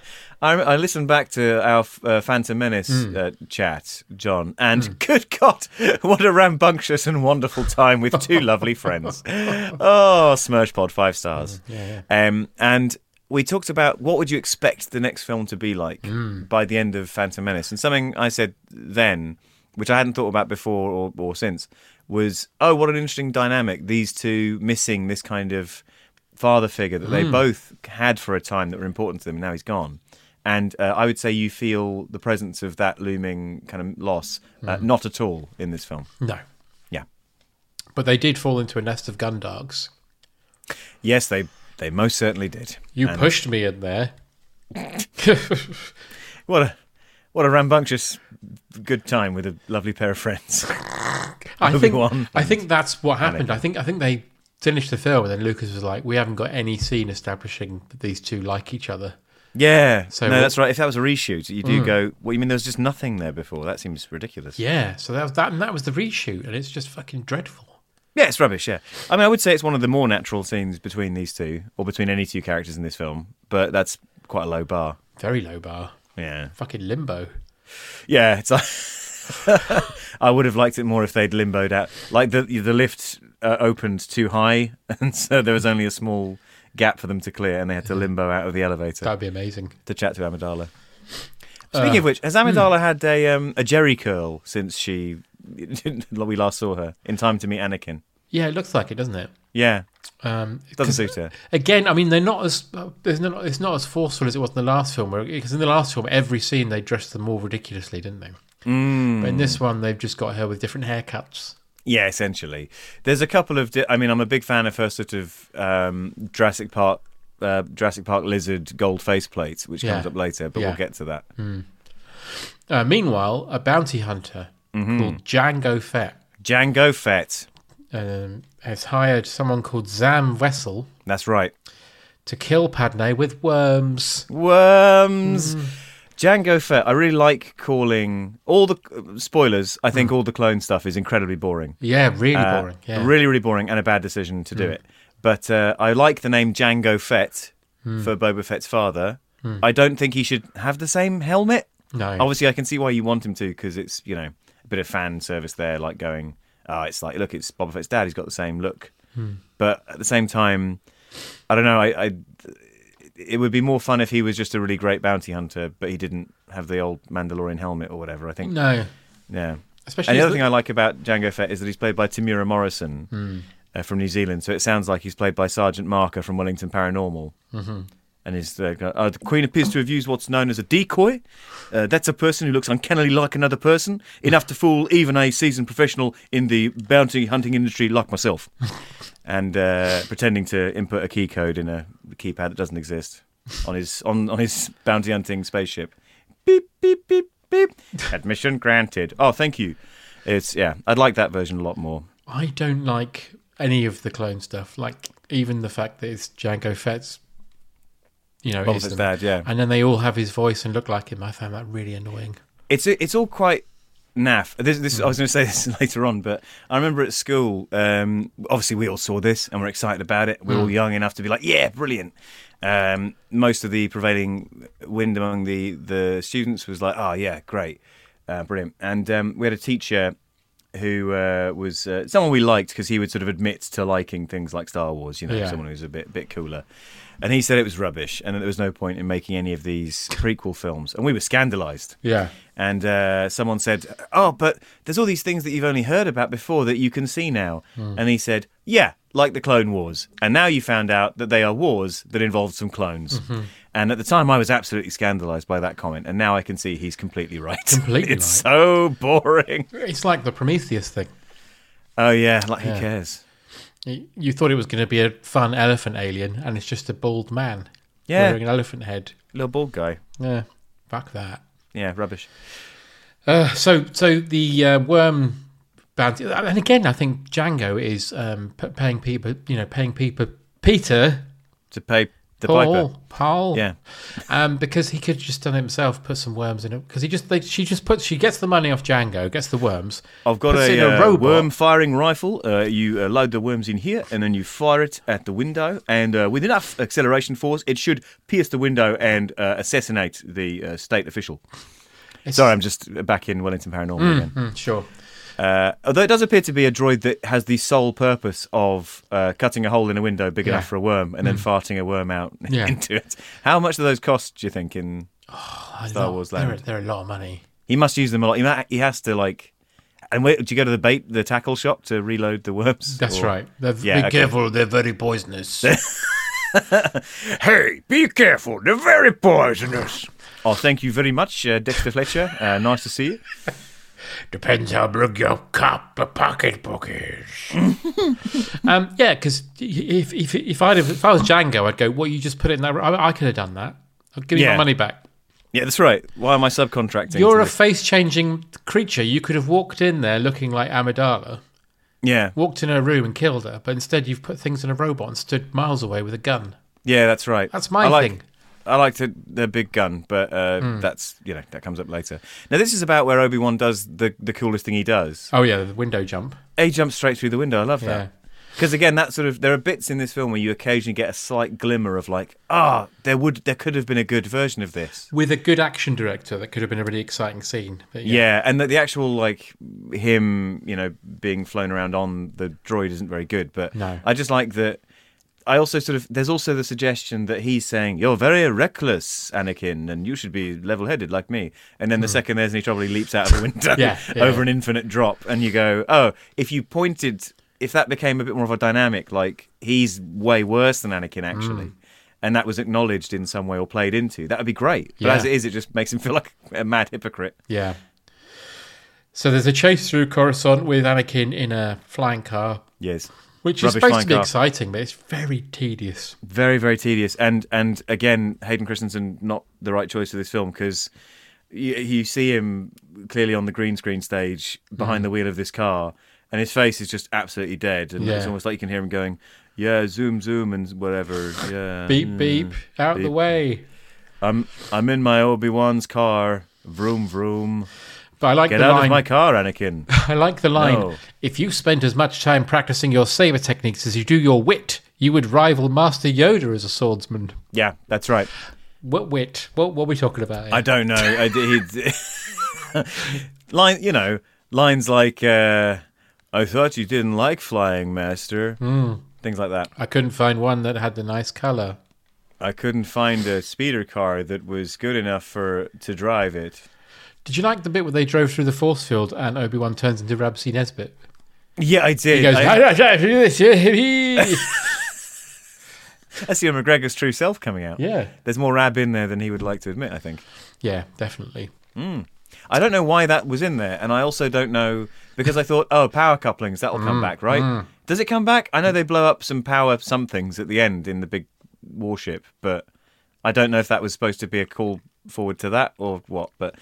L: I, I listened back to our uh, Phantom Menace
O: Hmm.
L: uh, chat, John, and good God, what a rambunctious and wonderful time with two lovely friends. Oh, Smirchpod, five stars.
O: Yeah,
L: Um, and we talked about what would you expect the next film to be like
O: Mm.
L: by the end of Phantom Menace, and something I said then, which I hadn't thought about before or, or since, was oh, what an interesting dynamic these two missing this kind of father figure that
K: Hmm.
L: they
O: Mm.
L: both had for a time that were important to them, and now he's gone. And uh, I would say you feel the presence of that looming kind of loss, uh,
K: Mm.
L: not at all in this film.
K: No.
L: Yeah.
K: But they did fall into a nest of gundarks.
L: Yes, they they most certainly did.
K: You
L: And-
K: pushed me in there.
L: what a what a rambunctious good time with a lovely pair of friends.
K: I
L: Obi-Wan
K: think, I
L: and-
K: think that's what happened.
L: Anakin.
K: I think I think they finished the film, and then Lucas was like, "We haven't got any scene establishing that these two like each other."
L: Yeah.
K: So
L: So no,
K: we'll-
L: that's right. If that was a reshoot, you do
K: Mm.
L: go. What you mean? There was just nothing there before. That seems ridiculous.
K: Yeah. So that was that, and that was the reshoot, and it's just fucking dreadful.
L: Yeah, it's rubbish. Yeah, I mean, I would say it's one of the more natural scenes between these two, or between any two characters in this film. But that's quite a low bar.
K: Very low bar.
L: Yeah.
K: Fucking limbo.
L: Yeah, it's like I would have liked it more if they'd limboed out. Like the the lift uh, opened too high, and so there was only a small gap for them to clear, and they had to limbo out of the elevator.
K: That'd be amazing
L: to chat to Amidala. Speaking
K: Uh,
L: of which, has Amidala had a um, a Jerry curl since she we last saw her in time to meet Anakin?
K: Yeah, it looks like it, doesn't it?
L: Yeah,
K: Um,
L: doesn't suit her.
K: Again, I mean, they're not as there's not it's not as forceful as it was in the last film, where because in the last film every scene they dressed them all ridiculously, didn't they?
L: Mm.
K: But in this one, they've just got her with different haircuts.
L: Yeah, essentially. There's a couple of. Di- I mean, I'm a big fan of her sort of um, Jurassic Park, uh, Jurassic Park lizard gold faceplate, which
K: Yeah.
L: comes up later, but
K: Yeah.
L: we'll get to that.
K: Mm. Uh, meanwhile, a bounty hunter
L: Mhm.
K: called Django Fett
L: Django Fett.
K: um, has hired someone called Zam Wessel.
L: That's right.
K: To kill Padme with worms.
L: Worms.
K: Hmm.
L: Django Fett. I really like calling all the uh, spoilers. I
K: Hmm.
L: think all the clone stuff is incredibly boring.
K: Yeah, really boring, yeah.
L: Uh, Really, really boring, and a bad decision to do
K: Mm.
L: it. But uh, I like the name Django Fett
K: Mm.
L: for Boba Fett's father.
K: Mm.
L: I don't think he should have the same helmet.
K: No.
L: Obviously, I can see why you want him to because it's you know a bit of fan service there, like going, oh, it's like look, it's Boba Fett's dad. He's got the same look.
O: Hmm.
L: But at the same time, I don't know. I, I it would be more fun if he was just a really great bounty hunter, but he didn't have the old Mandalorian helmet or whatever. I think
K: No.
L: yeah.
K: Especially
L: and
K: as
L: the other
K: the-
L: thing I like about Django Fett is that he's played by Tamura Morrison
K: Hmm.
L: uh, from New Zealand, so it sounds like he's played by Sergeant Marker from Wellington Paranormal.
K: Mhm.
L: And is the, uh, the Queen appears to have used what's known as a decoy. Uh, that's a person who looks uncannily like another person, enough to fool even a seasoned professional in the bounty hunting industry like myself. and uh, pretending to input a key code in a keypad that doesn't exist on his on, on his bounty hunting spaceship. Beep beep beep beep. Admission granted. Oh, thank you. It's yeah. I'd like that version a lot more.
K: I don't like any of the clone stuff. Like even the fact that it's Django Fett's, you know,
L: Boba
K: is
L: Fett's
K: them.
L: dad, yeah.
K: And then they all have his voice and look like him. I found that really annoying.
L: It's it's all quite naff. This, this I was
N: Mm.
L: going to say this later on, but I remember at school. Um, obviously, we all saw this and we're excited about it. We're all
N: Mm.
L: young enough to be like, "Yeah, brilliant." Um, most of the prevailing wind among the the students was like, "Oh yeah, great, uh, brilliant." And um, we had a teacher who uh, was uh, someone we liked because he would sort of admit to liking things like Star Wars. You know,
N: Yeah.
L: someone who's a bit bit cooler. And he said it was rubbish, and that there was no point in making any of these prequel films. And we were scandalised.
K: Yeah.
L: And uh, someone said, "Oh, but there's all these things that you've only heard about before that you can see now."
N: Hmm.
L: And he said, "Yeah, like the Clone Wars." And now you found out that they are wars that involve some clones.
K: Mm-hmm.
N: Mhm.
L: And at the time, I was absolutely scandalised by that comment, and now I can see he's completely right.
K: Completely
L: it's so boring.
K: It's like the Prometheus thing.
L: Oh yeah, like
K: Yeah.
L: who cares?
K: Y- You thought it was going to be a fun elephant alien, and it's just a bald man
L: Yeah.
K: wearing an elephant head.
L: Little bald guy.
K: Yeah, fuck that.
L: Yeah, rubbish.
K: Uh, so, so the uh, worm bounty, and again, I think Django is um, p- paying people, you know, paying people Peter
L: to pay the
K: Paul,
L: piper.
K: Paul,
L: Yeah.
K: um, because he could just done it himself, put some worms in it, because he just, they, she just puts, she gets the money off Django, gets the worms.
L: I've got
K: puts
L: a,
K: in a
L: uh,
K: robot.
L: worm firing rifle. Uh, you uh, load the worms in here, and then you fire it at the window. And uh, with enough acceleration force, it should pierce the window and uh, assassinate the uh, state official.
K: It's-
L: Sorry, I'm just back in Wellington Paranormal
K: Mm,
L: again.
K: mm, sure.
L: Uh, although it does appear to be a droid that has the sole purpose of uh, cutting a hole in a window big
K: Yeah.
L: enough for a worm and then
K: Mm.
L: farting a worm out
K: Yeah.
L: into it. How much do those cost, do you think, in
K: A
L: Star
K: lot-
L: Wars land?
K: they're, they're a lot of money.
L: He must use them a lot. He, ma- he has to like. And wait, do you go to the bait, the tackle shop to reload the worms?
K: That's
L: Or-
K: right. They're-
L: Yeah,
K: be
L: okay.
K: careful, they're very poisonous.
O: Hey, be careful. They're very poisonous.
L: Oh, thank you very much, uh, Dexter Fletcher. Uh, nice to see you.
K: Depends how big your cup or pocketbook is. um, yeah, because if if if I if I was Django, I'd go. Well, you just put it in that. I, I could have done that. Give me my
L: Yeah.
K: money back.
L: Yeah, that's right. Why am I subcontracting?
K: You're
L: to
K: a
L: this?
K: face changing creature. You could have walked in there looking like Amidala,
L: yeah,
K: walked in her room and killed her. But instead, you've put things in a robot and stood miles away with a gun.
L: yeah, that's right.
K: That's my
L: I like,
K: thing.
L: I like to, the big gun, but uh,
K: Hmm.
L: that's you know that comes up later. Now this is about where Obi Wan does the the coolest thing he does.
K: Oh yeah, the window jump.
L: He jumps straight through the window. I love
K: Yeah.
L: that. Because again, that sort of there are bits in this film where you occasionally get a slight glimmer of like, ah, there would there could have been a good version of this.
K: With a good action director, that could have been a really exciting scene. But
L: Yeah, and the, the actual like him, you know, being flown around on the droid isn't very good. But
K: No.
L: I just like that. I also sort of there's also the suggestion that he's saying you're very reckless, Anakin, and you should be level-headed like me. And then the
N: Hmm.
L: second there's any trouble, he leaps out of the window
N: Yeah, yeah.
L: over an infinite drop, and you go, oh, if you pointed, if that became a bit more of a dynamic, like he's way worse than Anakin actually.
N: Mm.
L: And that was acknowledged in some way or played into. That would be great. But
K: Yeah.
L: as it is, it just makes him feel like a mad hypocrite.
K: Yeah. So there's a chase through Coruscant with Anakin in a flying car.
L: Yes.
K: Which is
L: Rubbish
K: supposed
L: flying
K: to be
L: car.
K: exciting, but it's very tedious.
L: Very, very tedious. And and again, Hayden Christensen not the right choice for this film because you, you see him clearly on the green screen stage behind
N: Mm.
L: the wheel of this car, and his face is just absolutely dead, and it's
K: Yeah.
L: almost like you can hear him going, "Yeah, zoom, zoom, and whatever." Yeah,
K: Beep, beep, out the way.
L: I'm I'm in my Obi Wan's car. Vroom, vroom.
K: But I like
L: get
K: the
L: out
K: line-
L: of my car, Anakin.
K: I like the line
L: No.
K: If you spent as much time practicing your saber techniques as you do your wit, you would rival Master Yoda as a swordsman.
L: Yeah, that's right.
K: What wit? What, what are we talking about here?
L: I don't know. I, he, line, you know, lines like uh, "I thought you didn't like flying, master,"
K: Hmm.
L: things like that.
K: I couldn't find one that had the nice colour.
L: I couldn't find a speeder car that was good enough for to drive it.
K: Did you like the bit where they drove through the force field and Obi Wan turns into Rabsy Nesbitt?
L: Yeah, I did.
K: He goes,
L: I-
K: "I drive through this, yeah, hee."
L: That's Ewan McGregor's true self coming out.
K: Yeah.
L: there's more Rab in there than he would like to admit. I think.
K: Yeah, definitely.
L: Mm. I don't know why that was in there, and I also don't know because I thought, oh, power couplings, that'll come
N: Mm,
L: back, right?
N: mm.
L: Does it come back? I know they blow up some power somethings at the end in the big warship, but I don't know if that was supposed to be a call forward to that or what. But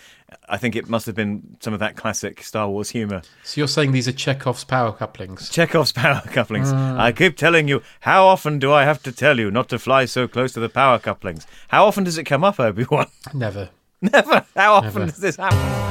L: I think it must have been some of that classic Star Wars humour.
K: So you're saying these are Chekhov's power couplings?
L: Chekhov's power couplings.
K: Mm.
L: I keep telling you, how often do I have to tell you not to fly so close to the power couplings? How often does it come up, Obi Wan?
K: Never.
L: Never. How often
K: Never.
L: does this happen?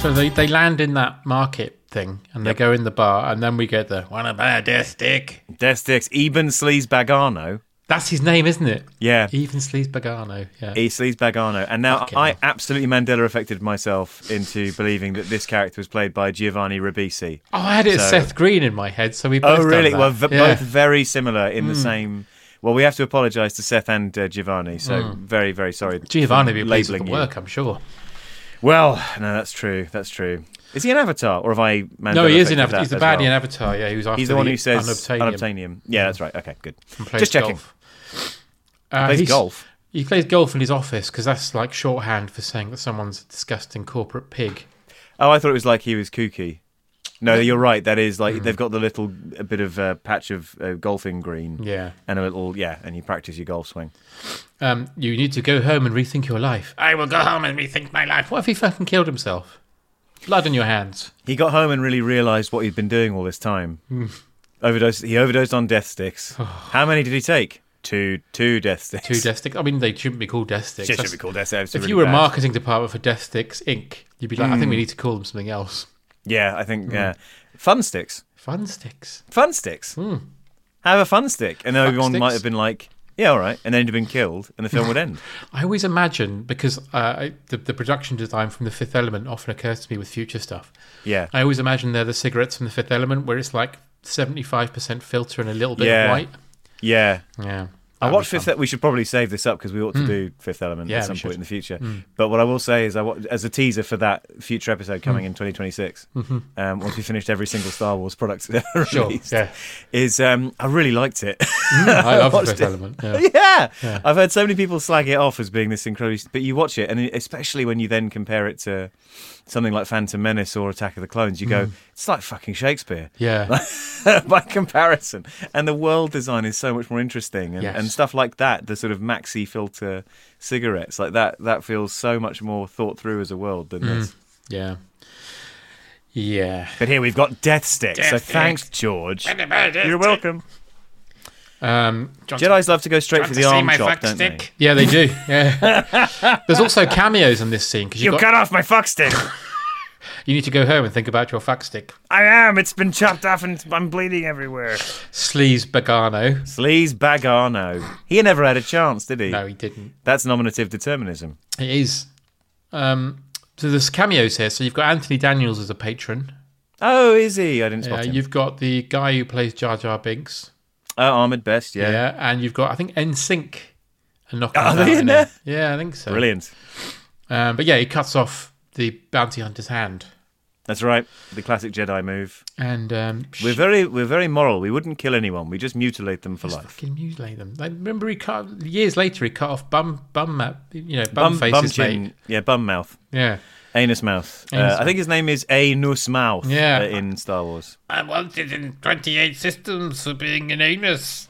K: So they, they land in that market thing and they go in the bar, and then we get the wanna buy a death stick.
L: Death sticks. Eben Sleaze Bagano.
K: That's his name, isn't it?
L: Yeah.
K: Even Sleaze Bagano. Yeah.
L: E. Sleaze Bagano. And now I absolutely Mandela affected myself into believing that this character was played by Giovanni Ribisi.
K: Oh, I had it as
L: So-
K: Seth Green in my head, so we both.
L: Oh, really?
K: Done that.
L: Well, v-
K: Yeah.
L: both very similar in the
K: Mm.
L: same. Well, we have to apologise to Seth and uh, Giovanni. So
K: Mm.
L: very, very sorry.
K: Giovanni
L: for
K: would be pleased with
L: labelling
K: the
L: you.
K: work, I'm sure.
L: Well, no, that's true. That's true. Is he an avatar, or have I? Mandela
K: No, he is in
L: affected
K: Avatar.
L: that
K: He's the
L: as
K: baddie
L: well?
K: in Avatar, yeah, he was after
L: He's the one
K: the
L: who says
K: unobtainium.
L: unobtainium. Yeah, that's right. Okay, good.
K: And plays
L: Just checking.
K: golf. Uh,
L: plays
K: he's-
L: golf.
K: He plays golf in his office because that's like shorthand for saying that someone's a disgusting corporate pig.
L: Oh, I thought it was like he was kooky. No, you're right. That is
K: Mm-hmm.
L: like they've got the little a bit of a patch of uh, golfing green.
K: Yeah.
L: and a little yeah, and you practice your golf swing.
K: Um, you need to go home and rethink your life. I will go home and rethink my life. What if he fucking killed himself? Blood on your hands.
L: He got home and really realised what he'd been doing all this time.
K: Hmm.
L: Overdosed. He overdosed on death sticks. How many did he take? Two. Two death sticks.
K: Oh. Two death sticks. I mean, they shouldn't be called death sticks.
L: They shouldn't
K: That's-
L: be called death sticks. They're
K: If you were
L: really
K: a
L: bad.
K: marketing department for Death Sticks Inc., you'd be like, I think we
L: Mm.
K: need to call them something else.
L: Yeah, I think.
K: Mm.
L: Yeah, fun sticks.
K: Fun sticks.
L: Fun sticks. Have a fun stick, and
K: Hmm. Fuck
L: everyone might
K: sticks.
L: have been like, "Yeah, all right," and then he'd have been killed, and the film would end.
K: I always imagine because uh, I, the, the production design from The Fifth Element often occurs to me with future stuff.
L: Yeah.
K: I always imagine they're the cigarettes from The Fifth Element, where it's like seventy-five percent filter and a little bit
L: yeah.
K: of white.
L: Yeah.
K: Yeah.
L: I
K: That'd
L: watched
K: be
L: Fifth. E-, We should probably save this up because we ought to
K: Mm.
L: do Fifth Element
K: Yeah,
L: at
K: we
L: some
K: should.
L: point in the future.
K: Mm.
L: But what I will say is, I wa- as a teaser for that future episode coming
K: Mm.
L: in 2026,
K: Mhm.
L: um, once we finished every single Star Wars product
K: Sure,
L: released,
K: yeah.
L: is um, I really liked it.
K: I love
L: Oh, watched
K: Fifth
L: it.
K: Element, yeah.
L: Yeah.
K: Yeah.
L: I've heard so many people slag it off as being this incredibly, but you watch it, and especially when you then compare it to something like Phantom Menace or Attack of the Clones, you go,
K: Mm.
L: it's like fucking Shakespeare.
K: Yeah.
L: by comparison. And the world design is so much more interesting, and,
K: Yes.
L: and stuff like that. The sort of maxi filter cigarettes, like that, that feels so much more thought through as a world than
K: Mm.
L: this.
K: Yeah. Yeah.
L: But here we've got death sticks.
K: Death
L: so
K: sticks.
L: thanks, George.
K: And about death
L: You're welcome.
K: Um,
L: Jedi's love to go straight
K: John
L: for
K: to
L: the
K: see
L: arm
K: my
L: chop,
K: fuck
L: don't
K: stick. Yeah, they do. Yeah. There's also cameos in this scene because
O: You cut off my fuck stick.
K: You need to go home and think about your fuck stick.
O: I am. It's been chopped off and I'm bleeding everywhere.
K: Sleaze Bagano.
L: Sleaze Bagano. He never had a chance, did he?
K: No, he didn't.
L: That's nominative determinism.
K: It is. Um, so there's cameos here. So you've got Anthony Daniels as a patron.
L: Oh, is he? I didn't spot
K: Yeah,
L: him.
K: you've got the guy who plays Jar Jar Binks.
L: Oh, Armored Best, yeah.
K: and you've got I think NSYNC and knocking
L: Are
K: It
L: they
K: Out
L: in there?
K: Yeah, I think so.
L: Brilliant.
K: Um, but yeah, he cuts off the bounty hunter's hand.
L: That's right. The classic Jedi move.
K: And, um,
L: we're very we're very moral. We wouldn't kill anyone. We just mutilate them for
K: Just
L: life.
K: fucking mutilate them. Like, remember, he cut years later. He cut off bum bum map. You know, bum, faces.
L: chin-
K: mate.
L: yeah, bum mouth.
K: Yeah.
L: Anus mouth. Uh,
K: Anus
L: I think
K: mouth.
L: his name is Anus Mouth
K: Yeah.
L: uh, in Star Wars.
K: I wanted in 28 systems for being an anus.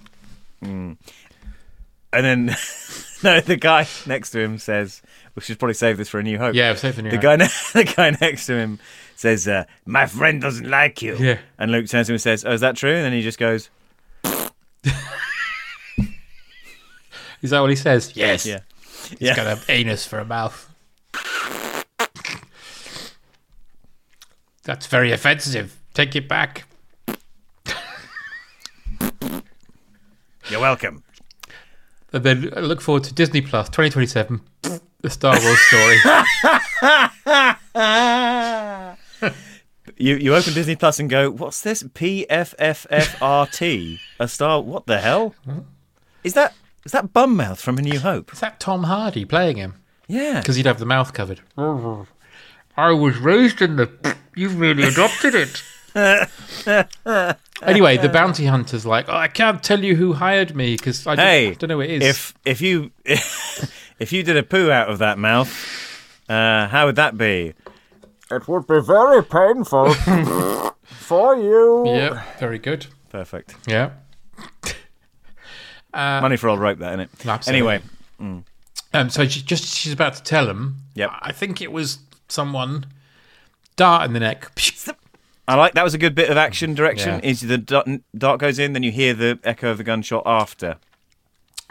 L: Mm. And then no, the guy next to him says, "We should probably save this for a new hope."
K: Yeah, we'll save it for A New
L: the
K: Hope.
L: guy. Ne- the guy next to him says, uh, "My friend doesn't like you."
K: Yeah.
L: And Luke turns to him and says, "Oh, is that true?" And then he just goes,
K: Is that what he says? Yes.
L: Yeah.
K: He's got an anus for a mouth. That's very offensive. Take it back.
O: You're welcome.
K: And then I look forward to Disney Plus 2027, the Star Wars story.
L: you you open Disney Plus and go, what's this? PFFFRT, a star. What the hell? Is that is that Bummouth from A New Hope?
K: Is that Tom Hardy playing him?
L: Yeah,
K: because he'd have the mouth covered. I was raised in the. You've really adopted it. anyway, the bounty hunter's like, oh, I can't tell you who hired me because I, don't-
L: hey,
K: I don't know who it is.
L: If if you if you did a poo out of that mouth, uh, how would that be?
P: It would be very painful for you.
K: Yep, very good.
L: Perfect.
K: Yeah. Uh,
L: Money for old rope, that innit?
K: Absolutely.
L: Anyway, mm.
K: Um, so she just she's about to tell him.
L: Yep.
K: I think it was someone dart in the neck.
L: I like that was a good bit of action direction.
K: Yeah.
L: Is the dart, dart goes in, then you hear the echo of the gunshot after.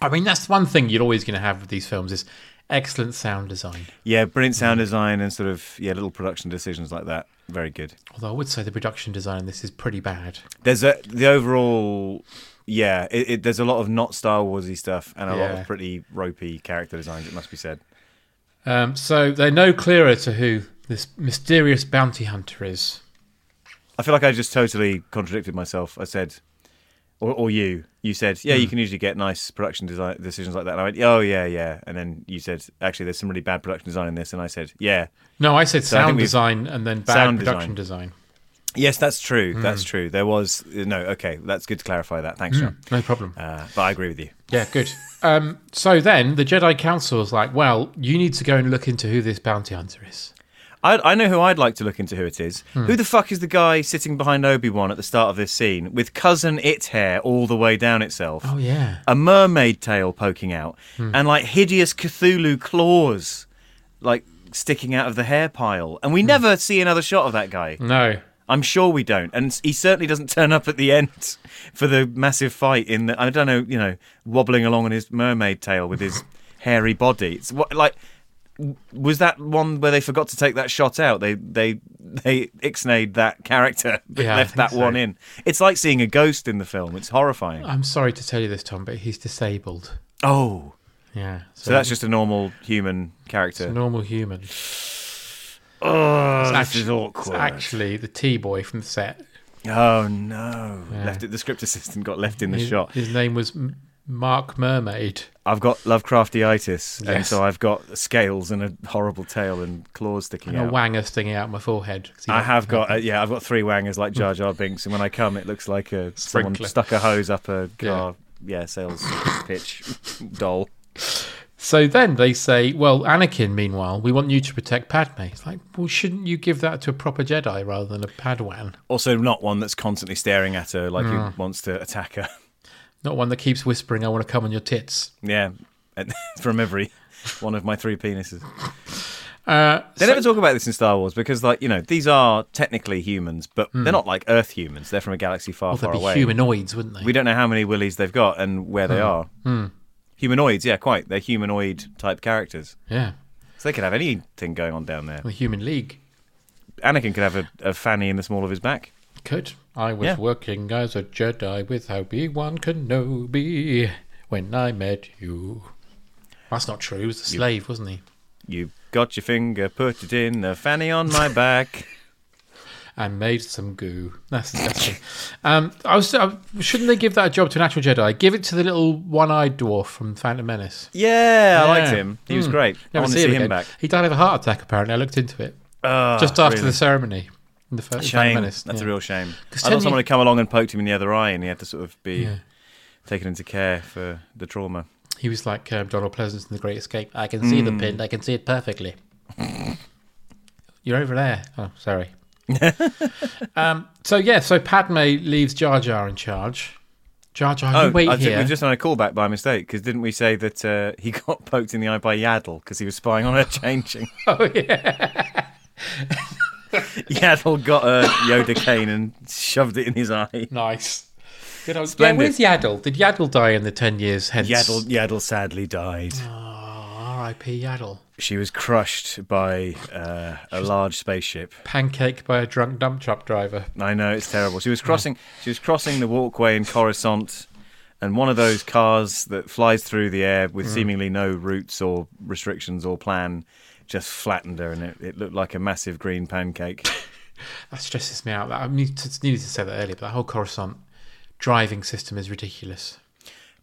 K: I mean, that's one thing you're always going to have with these films is excellent sound design.
L: Yeah, brilliant
K: Mm.
L: sound design and sort of yeah little production decisions like that. Very good.
K: Although I would say the production design in this is pretty bad.
L: There's a the overall yeah. It, it, there's a lot of not Star Warsy stuff and a lot
K: Yeah.
L: of pretty ropey character designs. It must be said.
K: Um, so they're no clearer to who this mysterious bounty hunter is.
L: I feel like I just totally contradicted myself. I said, or, or you, you said, yeah, you
K: Hmm.
L: can usually get nice production design decisions like that. And I went, oh yeah, yeah. And then you said, actually, there's some really bad production design in this. And I said, yeah.
K: No, I said
L: So think
K: sound
L: we've-
K: design and then bad
L: Sound
K: production design.
L: Yes, that's true. That's
K: Hmm.
L: true. There was uh, no. Okay, that's good to clarify that. Thanks,
K: Hmm,
L: John.
K: No problem.
L: Uh, but I agree with you.
K: Yeah, good. Um, so then the Jedi Council is like, well, you need to go and look into who this bounty hunter is.
L: I, I know who I'd like to look into. Who it is?
K: Hmm.
L: Who the fuck is the guy sitting behind Obi Wan at the start of this scene with cousin It hair all the way down itself?
K: Oh, yeah.
L: a mermaid tail poking out,
K: Hmm.
L: and like hideous Cthulhu claws, like sticking out of the hair pile.
K: Hmm.
L: And we never see another shot of that guy.
K: No.
L: I'm sure we don't, and he certainly doesn't turn up at the end for the massive fight. In the I don't know, you know, wobbling along on his mermaid tail with his hairy body. It's what like w- was that one where they forgot to take that shot out? They they they ixnayed that character, but
K: Yeah, I
L: left
K: think
L: that
K: so. Uh,
L: one in. It's like seeing a ghost in the film. It's horrifying.
K: I'm sorry to tell you this, Tom, but he's disabled.
L: Oh.
K: Yeah.
L: So, that's just a normal human
K: it's
L: character.
K: a normal human.
L: Oh,
K: It's
L: this
K: actu-
L: is awkward.
K: It's actually the T boy from the set.
L: oh no!
K: Yeah.
L: Left it. The script assistant got left in the
K: his,
L: shot.
K: His name was M- Mark Mermaid.
L: I've got Lovecraftiitis, and
K: Yes.
L: so I've got scales and a horrible tail and claws sticking
K: And a
L: out.
K: wanger sticking out my forehead. 'cause he-
L: I have got uh, yeah, I've got three wangers like Jar Jar Binks, and when I come, it looks like a someone
K: Sprinkler.
L: stuck a hose up a car. Yeah, sales pitch doll.
K: So then they say, well, Anakin, meanwhile, we want you to protect Padme. It's like, well, shouldn't you give that to a proper Jedi rather than a Padawan?
L: Also, not one that's constantly staring at her like
K: Mm.
L: it wants to attack her.
K: Not one that keeps whispering, I want to come on your tits.
L: Yeah, and- from every one of my three penises.
K: Uh,
L: They
K: so-
L: never talk about this in Star Wars because, like, you know, these are technically humans, but
K: Hmm.
L: they're not like Earth humans. They're from a galaxy far,
K: Well, they'd
L: far
K: be
L: away.
K: humanoids, wouldn't they?
L: We don't know how many willies they've got and where they
K: Hmm.
L: are.
K: Hmm.
L: Humanoids, yeah, quite. They're humanoid type characters.
K: Yeah.
L: So they could have anything going on down there.
K: The Human League.
L: Anakin could have a, a fanny in the small of his back.
K: Could. I was
L: Yeah.
K: working as a Jedi with Obi-Wan Kenobi when I met you. That's not true. He was a
L: You-
K: slave, wasn't he?
L: You got your finger, put it in, a fanny on my back.
K: And made some goo. That's disgusting. um, I was. I, shouldn't they give that a job to an actual Jedi? Give it to the little one-eyed dwarf from Phantom Menace.
L: Yeah, I liked
K: Yeah.
L: him. He was
K: Hmm.
L: great. I
K: Never
L: want to
K: see him,
L: see him
K: again.
L: back.
K: He died of a heart attack. Apparently, I looked into it
L: Ah,
K: just after
L: really?
K: the ceremony. In the first Phantom
L: Shame.
K: Menace.
L: That's
K: yeah.
L: a real shame.
K: 'Cause
L: I thought
K: ten
L: someone
K: ye-
L: had come along and poked him in the other eye, and he had to sort of be
K: Yeah.
L: taken into care for the trauma.
K: He was like um, Donald Pleasance in The Great Escape. I can see the
L: Mm.
K: pin. I can see it perfectly. You're over there. Oh, sorry. um, so yeah, so Padme leaves Jar Jar in charge. Jar Jar, you wait
L: Oh, I think
K: here.
L: we've just had a callback by mistake because didn't we say that uh, he got poked in the eye by Yaddle because he was spying on her changing?
K: oh yeah.
L: Yaddle got a Yoda cane and shoved it in his eye.
K: Nice. Good old- yeah,
L: Splendid.
K: where's Yaddle? Did Yaddle die in the ten years hence? Oh. Ah,
L: Yaddle, Yaddle sadly died.
K: All R.I.P. Yaddle.
L: She was crushed by uh, a large spaceship.
K: Pancaked by a drunk dump truck driver.
L: I know it's terrible. She was crossing. She was crossing the walkway in Coruscant, and one of those cars that flies through the air with
K: Mm.
L: seemingly no routes or restrictions or plan just flattened her, and it, it looked like a massive green pancake.
K: That stresses me out. I need to, needed to say that earlier, but that whole Coruscant driving system is ridiculous.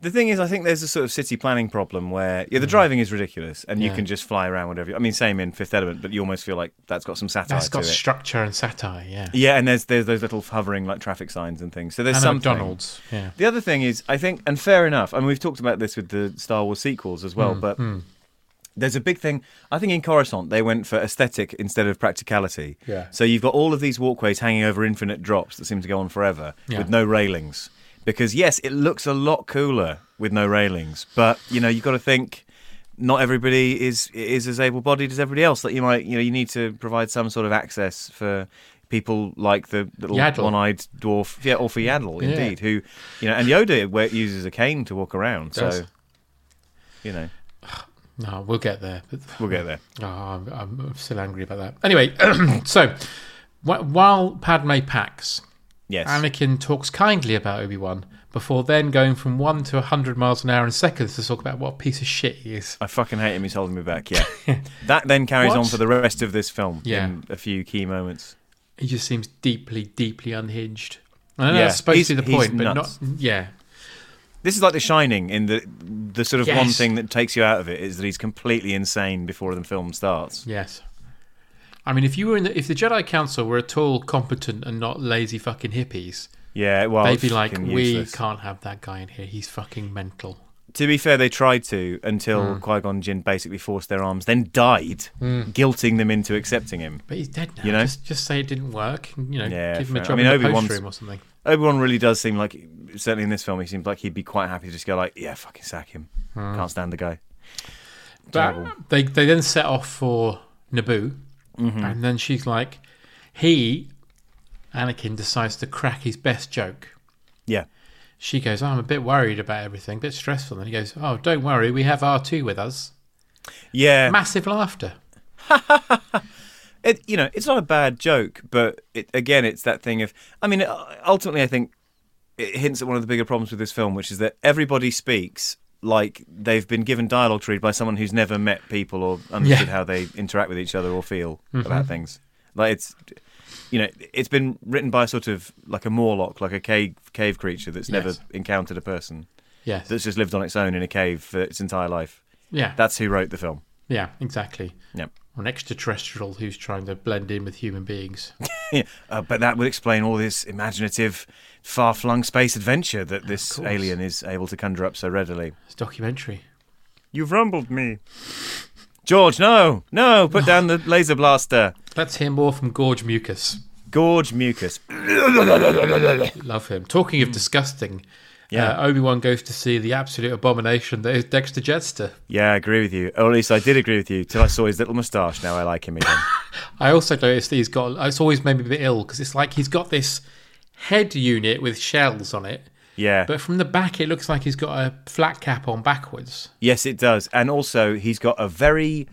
L: The thing is, I think there's a sort of city planning problem where yeah, the driving is ridiculous, and you
K: Mm. Yeah.
L: can just fly around whatever. You, I mean, same in Fifth Element, but you almost feel like that's got some satire.
K: That's got
L: to it.
K: structure and satire, yeah.
L: Yeah, and there's there's those little hovering like traffic signs and things. So there's
K: And a
L: some
K: McDonald's, yeah.
L: The other thing is, I think, and fair enough. I mean, we've talked about this with the Star Wars sequels as well,
K: Mm,
L: but
K: mm.
L: there's a big thing. I think in Coruscant they went for aesthetic instead of practicality.
K: Yeah.
L: So you've got all of these walkways hanging over infinite drops that seem to go on forever
K: Yeah.
L: with no railings. Because yes, it looks a lot cooler with no railings, but you know you've got to think. Not everybody is is as able bodied as everybody else. That you might you know you need to provide some sort of access for people like the little
K: Yaddle.
L: one eyed dwarf, yeah, or for Yaddle
K: Yeah.
L: indeed. Who you know, and Yoda we- uses a cane to walk around.
K: Does.
L: So you know,
K: No, we'll get there. But
L: We'll get there.
K: Oh, I'm, I'm still angry about that. Anyway, so wh- while Padme packs,
L: Yes.
K: Anakin talks kindly about Obi Wan before then going from one to hundred miles an hour in seconds to talk about what a piece of shit he is.
L: I fucking hate him. He's holding me back. Yeah, that then carries
K: What?
L: on for the rest of this film.
K: Yeah.
L: in a few key moments.
K: He just seems deeply, deeply unhinged. I know
L: Yeah,
K: that's supposed to
L: he's-
K: be the
L: he's
K: point, but
L: nuts.
K: not. Yeah,
L: This is like The Shining in the the sort of one
K: Yes.
L: thing that takes you out of it is that he's completely insane before the film starts.
K: Yes. I mean, if you were in the, if the Jedi Council were at all competent and not lazy fucking hippies,
L: Yeah, well,
K: they'd be like,
L: fucking
K: we
L: useless."
K: can't have that guy in here. He's fucking mental.
L: To be fair, they tried to until
K: Mm.
L: Qui Gon Jinn basically forced their arms, then died,
K: Mm.
L: guilting them into accepting him.
K: But he's dead now.
L: You know,
K: just, just say it didn't work. and, You know,
L: Yeah,
K: give him a
L: fair.
K: job in the post room or something.
L: Obi-Wan really does seem like, certainly in this film, he seems like he'd be quite happy to just go like, yeah, fucking sack him.
K: Hmm.
L: Can't stand the guy. Terrible.
K: But they they then set off for Naboo,
L: Mhm.
K: and then she's like, he, Anakin decides to crack his best joke.
L: Yeah.
K: She goes, oh, I'm a bit worried about everything, a bit stressful. And he goes, Oh, don't worry, we have R2 with us.
L: Yeah.
K: Massive laughter.
L: It, you know, it's not a bad joke, but it, again, it's that thing of, I mean, uh, ultimately, I think it hints at one of the bigger problems with this film, which is that everybody speaks like they've been given dialogue to read by someone who's never met people or understood
K: Yeah.
L: how they interact with each other or feel
K: Mhm.
L: about things. Like it's, you know, it's been written by sort of like a Morlock, like a cave cave creature that's never
K: Yes.
L: encountered a person.
K: Yes.
L: That's just lived on its own in a cave for its entire life.
K: Yeah.
L: That's who wrote the film.
K: Yeah, exactly.
L: Yep.
K: Or An extraterrestrial who's trying to blend in with human beings.
L: yeah, uh, but that would explain all this imaginative, far-flung space adventure that this
K: course.
L: alien is able to conjure up so readily.
K: It's a documentary.
N: You've rumbled me.
L: George, no, no, put down the laser blaster.
K: Let's hear more from Gorge Mucus.
L: Gorge Mucus.
K: Love him. Talking of disgusting,
L: Hmm. Yeah.
K: uh, Obi Wan goes to see the absolute abomination that is Dexter Jetster.
L: Yeah, I agree with you. Or at least I did agree with you till I saw his little moustache. Now I like him again.
K: I also noticed that he's got. It's always made me a bit ill because it's like he's got this head unit with shells on it.
L: Yeah.
K: But from the back, it looks like he's got a flat cap on backwards.
L: Yes, it does. And also, he's got a very.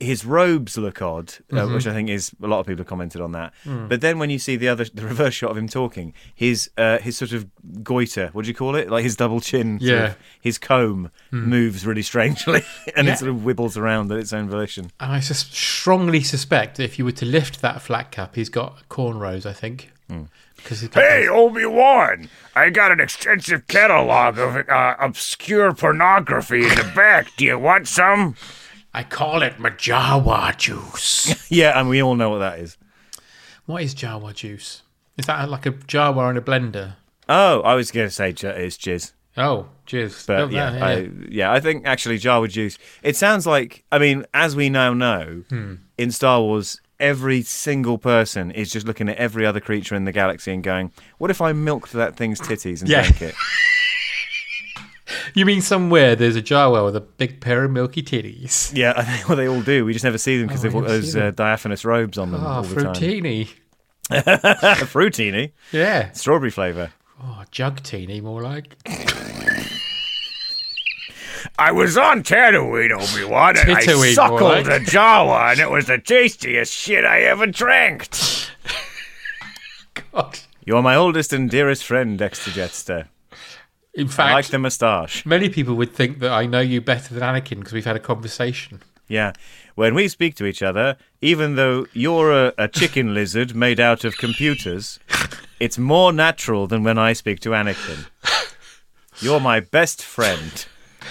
L: His robes look odd, uh,
K: Mhm.
L: which I think is a lot of people have commented on that.
K: Mm.
L: But then when you see the other, the reverse shot of him talking, his uh, his sort of goiter, what do you call it? Like his double chin, sort
K: Yeah.
L: of- his comb
K: Mm.
L: moves really strangely, and
K: Yeah.
L: it sort of wibbles around at its own volition.
K: And I sus- strongly suspect that if you were to lift that flat cap, he's got cornrows. I think.
L: Hmm.
K: Because he's got
O: Hey,
L: oh!
O: Obi Wan! I got an extensive catalog of uh, obscure pornography in the back. Do you want some?
K: I call it Majawa juice.
L: yeah, and we all know what that is.
K: What is Jawa juice? Is that like a Jawa in a blender?
L: Oh, I was going to say j- it's jizz.
K: Oh, jizz.
L: But
K: Love
L: yeah,
K: that, yeah.
L: I, yeah, I think actually Jawa juice. It sounds like, I mean, as we now know,
K: Hmm.
L: in Star Wars, every single person is just looking at every other creature in the galaxy and going, "What if I milked that thing's titties and
K: Yeah.
L: drank it?"
K: You mean somewhere there's a Jawa with a big pair of milky titties?
L: Yeah, I think well, they all do. We just never see them because
K: Oh,
L: they've
K: we
L: got
K: never see
L: those
K: them.
L: uh, diaphanous robes on them
K: Ah,
L: all the
K: frutini.
L: time. frutini.
K: Yeah.
L: Strawberry flavour.
K: Oh, jug teeny, more like.
O: I was on Tatooine, Obi Wan, and I
K: Titooine, more
O: suckled a
K: like.
O: Jawa, and it was the tastiest shit I ever drank.
L: You're my oldest and dearest friend, Dexter Jetster.
K: In fact,
L: I like the moustache.
K: Many people would think that I know you better than Anakin because we've had a conversation.
L: Yeah. When we speak to each other, even though you're a, a chicken lizard made out of computers, it's more natural than when I speak to Anakin. You're my best friend,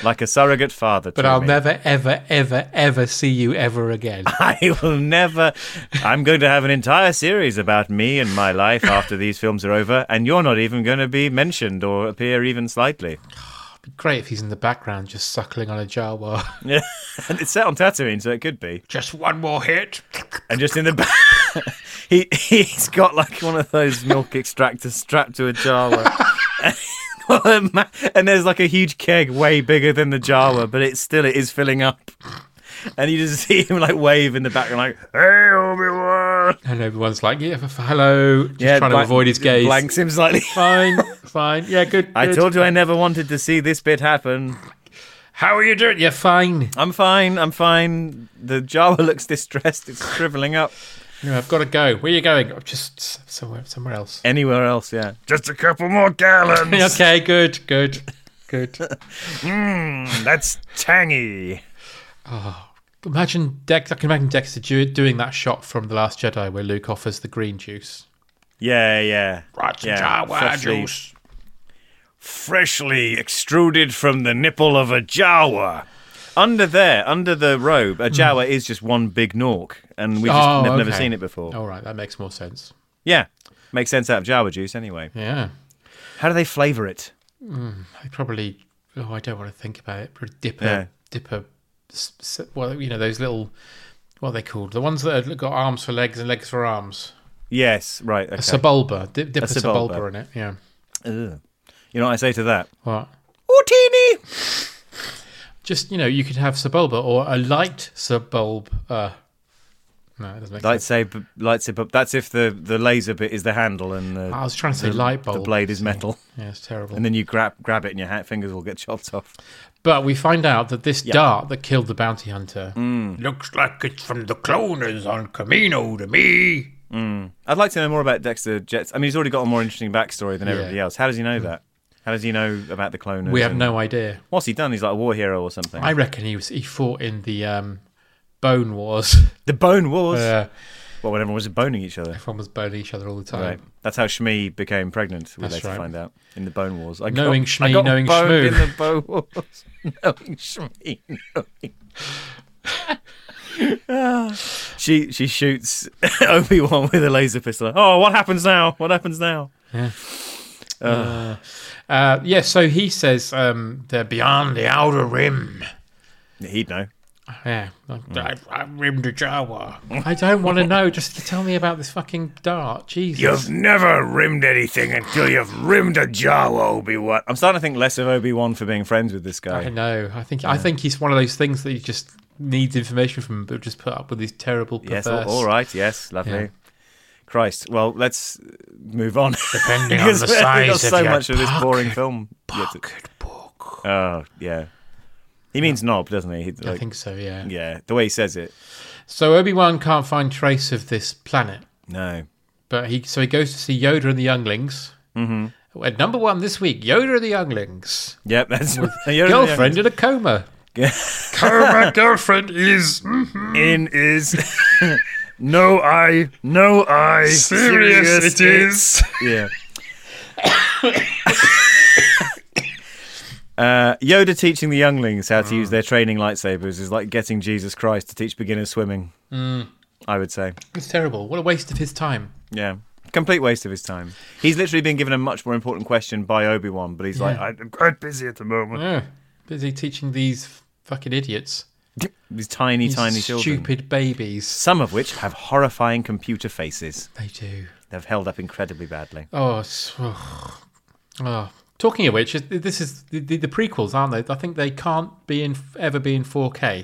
L: like a surrogate father to
K: But I'll
L: me.
K: never, ever, ever, ever see you ever again.
L: I will never. I'm going to have an entire series about me and my life after these films are over, and you're not even going to be mentioned or appear even slightly.
K: Great if he's in the background just suckling on a Jawa.
L: Yeah, and it's set on Tatooine, so it could be.
K: Just one more hit.
L: And just in the back, he he's got like one of those milk extractors strapped to a Jawa, and there's like a huge keg way bigger than the Jawa, but it's still it is filling up. And you just see him like wave in the background, like "Hey, Obi Wan."
K: And everyone's like, yeah, f- hello. Just trying to
L: blank-
K: avoid his gaze.
L: Blanks him slightly.
K: Fine, fine. Yeah, good.
L: I
K: good.
L: told you I never wanted to see this bit happen.
K: How are you doing? You're fine.
L: I'm fine. I'm fine. The Jawa looks distressed. It's shriveling up.
K: No, I've got to go. Where are you going? "Oh, Just s- somewhere, somewhere else.
L: Anywhere else, yeah.
O: Just a couple more gallons.
K: okay, good, good, good.
O: Mmm, that's tangy.
K: Oh, imagine Dex. I can imagine Dexter do- doing that shot from The Last Jedi where Luke offers the green juice.
L: Yeah, yeah.
O: Right,
L: yeah.
O: Jawa
L: freshly-
O: juice. Freshly extruded from the nipple of a Jawa.
L: Under there, under the robe, a Jawa is just one big Nork, and we just
K: Oh,
L: have never
K: okay.
L: seen it before.
K: All right, that makes more sense.
L: Yeah. Makes sense out of Jawa juice anyway.
K: Yeah,
L: How do they flavour it?
K: Mm, I probably. Oh, I don't want to think about it. Probably dip a
L: Yeah.
K: dip a. s- s- Well, you know those little. What are they called? The ones that have got arms for legs and legs for arms.
L: Yes, right. Okay.
K: A sabulba. Dip, dip
L: A
K: a,
L: Sebulba.
K: sabulba. in it. Yeah.
L: Ugh. You know what I say to that?
K: What?
L: Ortini!
K: Just you know, you could have sabulba or a light sabulb. Uh, no, it doesn't make sense.
L: Lightsaber, lightsaber. That's if the, the laser bit is the handle and the,
K: I was trying to say
L: the-
K: Ah, light
L: The
K: bulb.
L: blade is metal,
K: Yeah, it's terrible.
L: and then you grab grab it, and your ha- fingers will get chopped off.
K: But we find out that this
L: Yeah. Mm.
K: dart that killed the bounty hunter.
D: Looks like it's from the cloners on Camino to me.
L: Mm. I'd like to know more about Dexter Jets. I mean, he's already got a more interesting backstory than
K: Yeah. Hmm.
L: everybody else. How does he know that? How does he know about the cloners?
K: We have
L: and-
K: no idea.
L: What's he done? He's like a war hero or something.
K: I reckon he was he fought in the um, Bone Wars.
L: the Bone Wars.
K: Uh,
L: well, when everyone was boning each other.
K: everyone was burning each other all the time.
L: Right. That's how Shmi became pregnant. We
K: Um, That's
L: later
K: right.
L: find out in the Bone Wars. I
K: Knowing
L: got,
K: Shmi,
L: I got
K: knowing
L: boned
K: Shmoo.
L: in the Bone Wars. knowing Shmi, knowing. Ah. she she shoots Obi Wan with a laser pistol. Oh, what happens now? What happens now?
K: Yeah. Uh, yeah. So he says um, they're beyond the outer rim.
L: He'd know.
K: Yeah. I, I, I rimmed a Jawa. I don't want to know. Just tell me about this fucking dart. Jesus.
O: You've never rimmed anything until you've rimmed a Jawa, Obi Wan.
L: I'm starting to think less of Obi Wan for being friends with this guy.
K: I know. I think I think he's one of those things that he just needs information from, but just put up with these terrible.
L: Yes,
K: Perverse.
L: all, all right. Yes, lovely.
K: Yeah.
L: Christ. Well, let's move on.
D: Depending on
L: Because
D: the
L: we've
D: size
L: got
D: of
L: so
D: your
L: much of this boring
D: pocket-
L: film. yet to- Oh, yeah. He means knob, doesn't he? He-
K: I
L: like-
K: think so. Yeah.
L: Yeah, the way he says it.
K: So Obi Wan can't find trace of this planet,
L: No.
K: but he so he goes to see Yoda and the younglings.
L: Mm-hmm.
K: At number one this week, Yoda and the younglings.
L: Yep, that's
K: girlfriend in a coma.
O: Her girlfriend is in is no I no I
L: Serious it is. Yeah. Uh, Yoda teaching the younglings how to use their training lightsabers is like getting Jesus Christ to teach beginners swimming.
K: Mm,
L: I would say.
K: it's terrible. What a waste of his time.
L: Yeah. Complete waste of his time. He's literally been given a much more important question by Obi Wan, but he's like,
K: Yeah.
L: I, I'm quite busy at the moment.
K: Yeah. Busy teaching these fucking idiots.
L: These tiny,
K: These
L: tiny children.
K: Stupid babies.
L: Some of which have horrifying computer faces.
K: They do.
L: They've held up incredibly badly.
K: Oh, it's, oh. Oh. Talking of which, this is the, the, the prequels, aren't they? I think they can't be in ever be in 4K.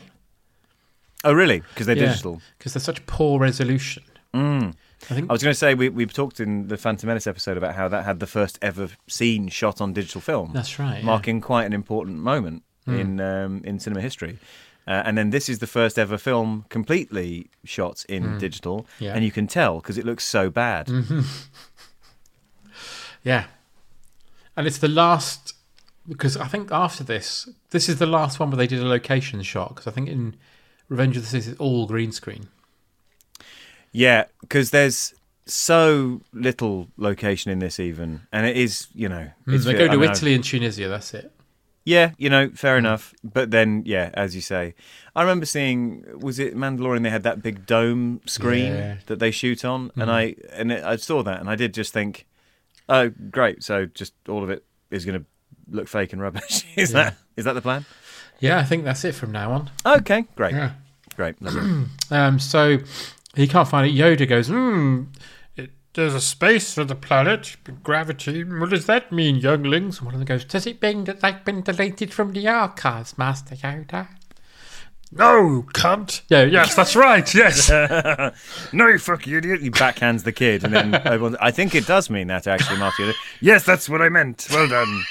L: Oh, really? Because they're digital.
K: Because they're such poor resolution.
L: Mm.
K: I think
L: I was going to say, we, we talked in the Phantom Menace episode about how that had the first ever scene shot on digital film,
K: that's right. yeah.
L: marking quite an important moment.
K: Hmm.
L: in um, in cinema history. Uh, and then this is the first ever film completely shot in
K: Hmm.
L: digital,
K: Yeah.
L: and you can tell because it looks so bad.
K: Mhm. yeah. And it's the last because I think after this, this is the last one where they did a location shot because I think in Revenge of the Sith it's all green screen.
L: Yeah, because there's so little location in this even, and it is you know
K: Mm,
L: it's
K: they
L: fi-
K: go
L: I
K: to
L: mean, I-
K: Italy and Tunisia. That's it.
L: Yeah, you know, fair
K: Hmm.
L: enough. But then, yeah, as you say, I remember seeing was it Mandalorian? They had that big dome screen
K: Yeah.
L: that they shoot on,
K: Mhm.
L: and I and I saw that, and I did just think, oh, great! So just all of it is going to look fake and rubbish. is
K: Yeah.
L: that is that the plan?
K: Yeah, I think that's it from now on.
L: Okay, great,
K: Yeah.
L: great. lovely.
K: um, so he can't find it. Yoda goes, hmm, it, there's a space for the planet, but gravity. What does that mean, younglings? And one of them goes, does it mean that they've been deleted from the archives, Master Yoda?
O: No, cunt.
K: Yeah, yes, that's right. Yes.
L: no, you fucking idiot! You backhands the kid, and then everyone, I think it does mean that actually, Matthew.
O: Yes, that's what I meant. Well done.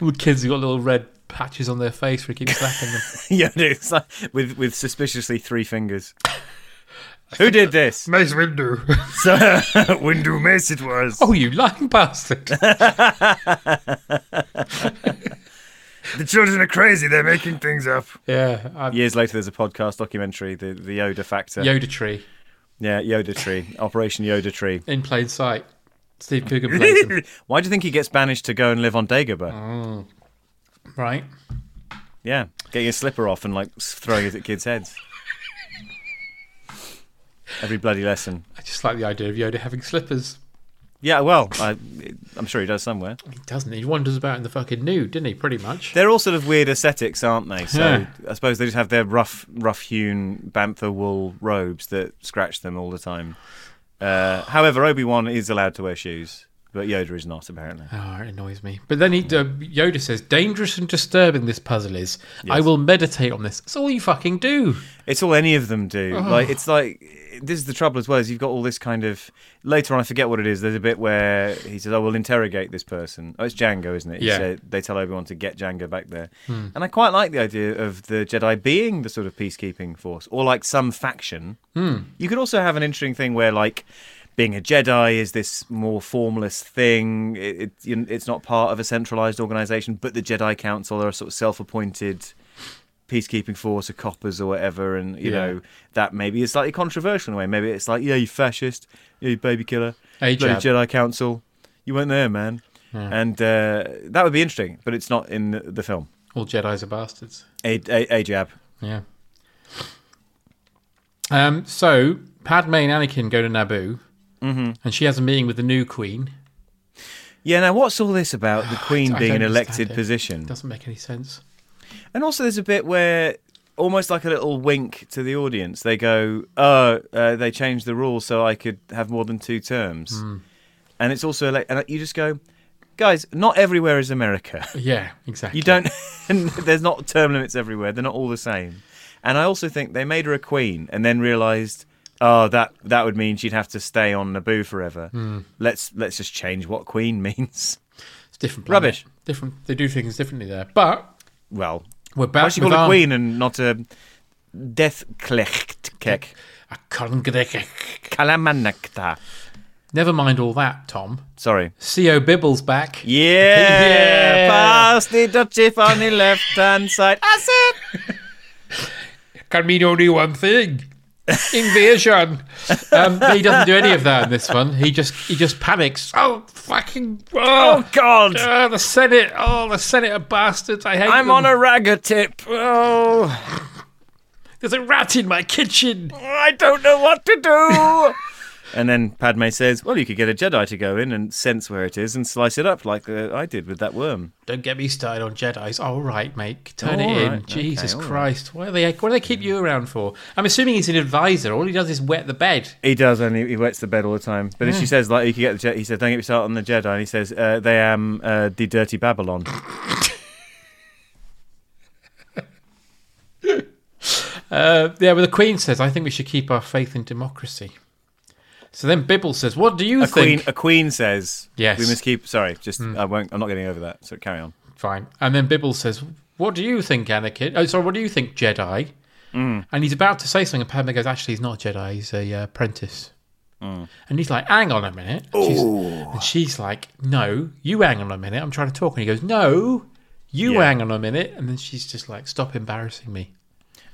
K: The kids have got little red patches on their face for keep slapping them.
L: yeah, it's like, with with suspiciously three fingers. Who did this?
O: Mace Windu. Windu Mace it was.
K: Oh, you lying bastard.
O: The children are crazy. They're making things up.
K: Yeah.
L: Years later, there's a podcast documentary, the the Yoda Factor.
K: Yoda Tree.
L: Yeah, Yoda Tree. Operation Yoda Tree.
K: In plain sight. Steve Coogan plays him.
L: Why do you think he gets banished to go and live on Dagobah?
O: Uh-huh.
K: Right.
L: Yeah, getting a slipper off and like s- throwing it at kids' heads. Every bloody lesson.
K: I just like the idea of Yoda having slippers.
L: Yeah, well, I, I'm sure he does somewhere.
K: He doesn't. He wanders about in the fucking nude, didn't he? Pretty much.
L: They're all sort of weird aesthetics, aren't they? So
K: Yeah.
L: I suppose they just have their rough, rough-hewn bantha wool robes that scratch them all the time. Uh, however, Obi Wan is allowed to wear shoes, but Yoda is not apparently.
K: Oh, it annoys me. But then he, uh, Yoda says, "Dangerous and disturbing this puzzle is. I will meditate on this." That's all you fucking do.
L: It's all any of them do.
K: Ugh.
L: Like it's like this is the trouble as well is you've got all this kind of later on I forget what it is. There's a bit where he says, "I will interrogate this person." Oh, it's Django, isn't it? He
K: Yeah.
L: said- they tell Obi Wan to get Django back there,
K: Hmm.
L: and I quite like the idea of the Jedi being the sort of peacekeeping force or like some faction.
K: Hmm.
L: You could also have an interesting thing where like. Being a Jedi is this more formless thing. It, it, you know, it's not part of a centralized organization, but the Jedi Council are a sort of self-appointed peacekeeping force or coppers or whatever, and you
K: Yeah.
L: know that maybe is slightly controversial in a way. Maybe it's like, yeah, you fascist, yeah, you baby killer,
K: Hey,
L: bloody
K: Jab.
L: Jedi Council, you weren't there, man.
K: Yeah.
L: And uh, that would be interesting, but it's not in the, the film.
K: All Jedi's are bastards.
L: A, a, a jab.
K: Yeah. Um. So Padme and Anakin go to Naboo,
L: Mhm.
K: and she has a meeting with the new Queen.
L: Yeah. Now, what's all this about the Queen
K: I
L: being
K: don't
L: an
K: understand
L: elected
K: it.
L: position?
K: Doesn't make any sense.
L: And also, there's a bit where almost like a little wink to the audience. They go, "Oh, uh, they changed the rule so I could have more than two terms,"
K: Mm.
L: and it's also like, and you just go, "Guys, not everywhere is America."
K: Yeah, exactly.
L: You don't. and there's not term limits everywhere. They're not all the same. And I also think they made her a queen and then realised, oh, that that would mean she'd have to stay on Naboo forever.
K: Hmm.
L: Let's let's just change what queen means.
K: It's different. planet.
L: Rubbish.
K: Different. They do things differently there. But
L: Well,
K: we're back.
L: why she
K: with
L: called a
K: our-
L: queen and not a death klecht kek?
K: A Kongrekek.
L: Kalamanakta.
K: Never mind all that, Tom.
L: Sorry.
K: Co Bibble's back.
L: Yeah,
K: Yeah.
L: past the Dutchie on the left hand side. That's it.
K: Can mean only one thing. Invasion. um, he doesn't do any of that in this one. He just he just panics. Oh fucking! Oh,
L: God!
K: Oh, the Senate. Oh, the Senate are bastards. I hate.
L: I'm on
K: them.
L: a ragger tip. Oh,
K: There's a rat in my kitchen.
L: I don't know what to do. And then Padme says, "Well, you could get a Jedi to go in and sense where it is and slice it up like uh, I did with that worm."
K: Don't get me started on Jedi's. All right, mate, turn
L: All
K: it in.
L: right, okay,
K: Jesus
L: all right.
K: Christ, why do they why do they keep you around for? I'm assuming he's an advisor. All he does is wet the bed.
L: He does, and he, he wets the bed all the time. But as she
K: Yeah.
L: says, like, you could get the Jedi. He said, "Don't get me started on the Jedi." And he says, uh, "They am uh, the dirty Babylon."
K: Uh, yeah, well, the Queen says, "I think we should keep our faith in democracy." So then Bibble says, "What do you
L: a queen,
K: think?"
L: a queen says,
K: Yes. Hmm.
L: we must keep." Sorry, just I won't. I'm not getting over that. So carry on.
K: Fine. And then Bibble says, What do you think, Anakin? Oh, sorry, what do you think, Jedi?
N: Mm.
K: And he's about to say something, and Padme goes, Actually, he's not a Jedi, he's a uh, apprentice.
L: Mm.
K: And he's like, Hang on a minute. And she's, and she's like, No, you hang on a minute. I'm trying to talk. And he goes, No, you
L: Yeah.
K: hang on a minute. And then she's just like, Stop embarrassing me.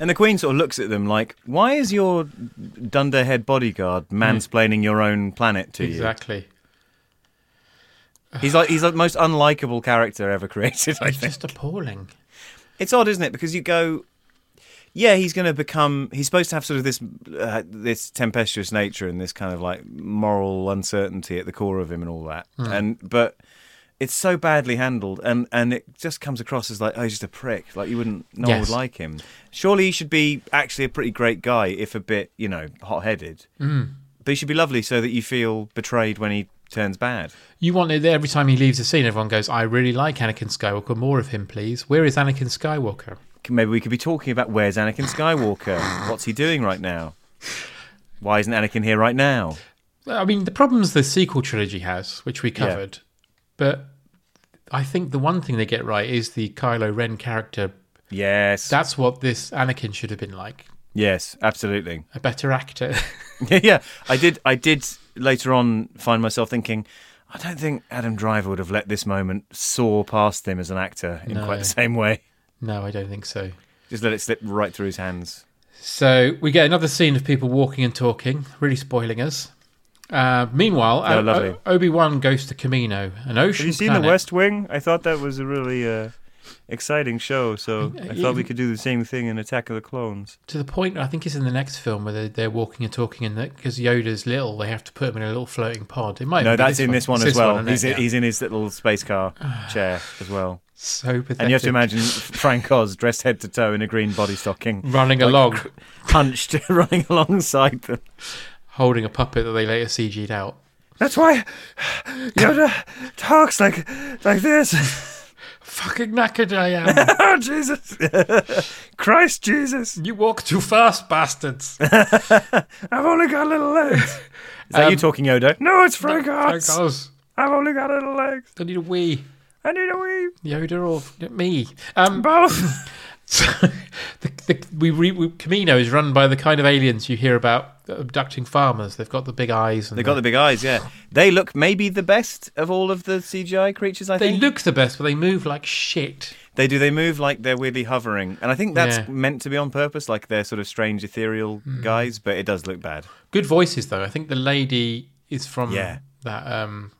L: And the Queen sort of looks at them like, why is your dunderhead bodyguard
K: Hmm.
L: mansplaining your own planet to
K: Exactly.
L: you? He's like he's the most unlikable character ever created. I
K: It's
L: think.
K: just appalling.
L: It's odd, isn't it? Because you go, yeah, he's going to become. He's supposed to have sort of this uh, this tempestuous nature and this kind of like moral uncertainty at the core of him and all that.
N: Hmm.
L: And but it's so badly handled, and and it just comes across as like, oh, he's just a prick. Like you wouldn't, no one
N: Yes.
L: would like him. Surely he should be actually a pretty great guy, if a bit, you know, hot headed.
N: Hmm.
K: Mm.
L: But he should be lovely so that you feel betrayed when he turns bad.
K: You want it there every time he leaves the scene, everyone goes, I really like Anakin Skywalker. More of him, please. Where is Anakin Skywalker?
L: Maybe we could be talking about where's Anakin Skywalker? What's he doing right now? Why isn't Anakin here right now?
K: I mean, the problems the sequel trilogy has, which we
L: Yeah.
K: covered, but I think the one thing they get right is the Kylo Ren character.
L: Yes.
K: That's what this Anakin should have been like
L: Yes, absolutely.
K: a better actor.
L: yeah, I did. I did later on find myself thinking, I don't think Adam Driver would have let this moment soar past him as an actor in
K: No.
L: quite the same way.
K: no, I don't think so.
L: Just let it slip right through his hands.
K: So we get another scene of people walking and talking, really spoiling us. Uh, meanwhile,
L: Oh, lovely.
K: Obi Wan goes to Camino, an ocean
N: Have you seen
K: planet.
N: The West Wing? I thought that was a really uh, exciting show, so I thought we could do the same thing in Attack of the Clones.
K: to the point I think it's in the next film where they're, they're walking and talking, and because Yoda's little, they have to put him in a little floating pod. It might
L: no,
K: be
L: that's
K: this
L: in this one
K: It's
L: as well.
K: isn't
L: he's,
K: it?
L: in
K: Yeah.
L: he's in his little space car chair as well.
K: So
L: And you have
K: pathetic.
L: to imagine Frank Oz dressed head to toe in a green body stocking,
K: Running along.
L: cr- hunched, running alongside them.
K: holding a puppet that they later CG'd out.
N: That's why Yoda talks like like this.
K: Fucking knackered I am.
N: oh, Jesus. Christ Jesus.
K: You walk too fast, bastards.
N: I've only got little legs. Um,
L: Is that you talking, Yoda?
N: No, it's Frank Oz.
K: Frank Oz.
N: I've only got little legs.
K: I need a wee.
N: I need a wee.
K: Yoda or me? Um,
N: Both.
K: So the, the, we, re, we Camino is run by the kind of aliens you hear about abducting farmers. They've got the big eyes. And
L: They've got the big eyes, yeah. They look maybe the best of all of the CGI creatures, I
K: They
L: think.
K: look the best, but they move like shit.
L: They do. They move like they're weirdly hovering, and I think that's
K: Yeah.
L: meant to be on purpose. Like they're sort of strange, ethereal
K: Mm.
L: guys, but it does look bad.
K: Good voices though. I think the lady is from
L: Yeah.
K: that. Um,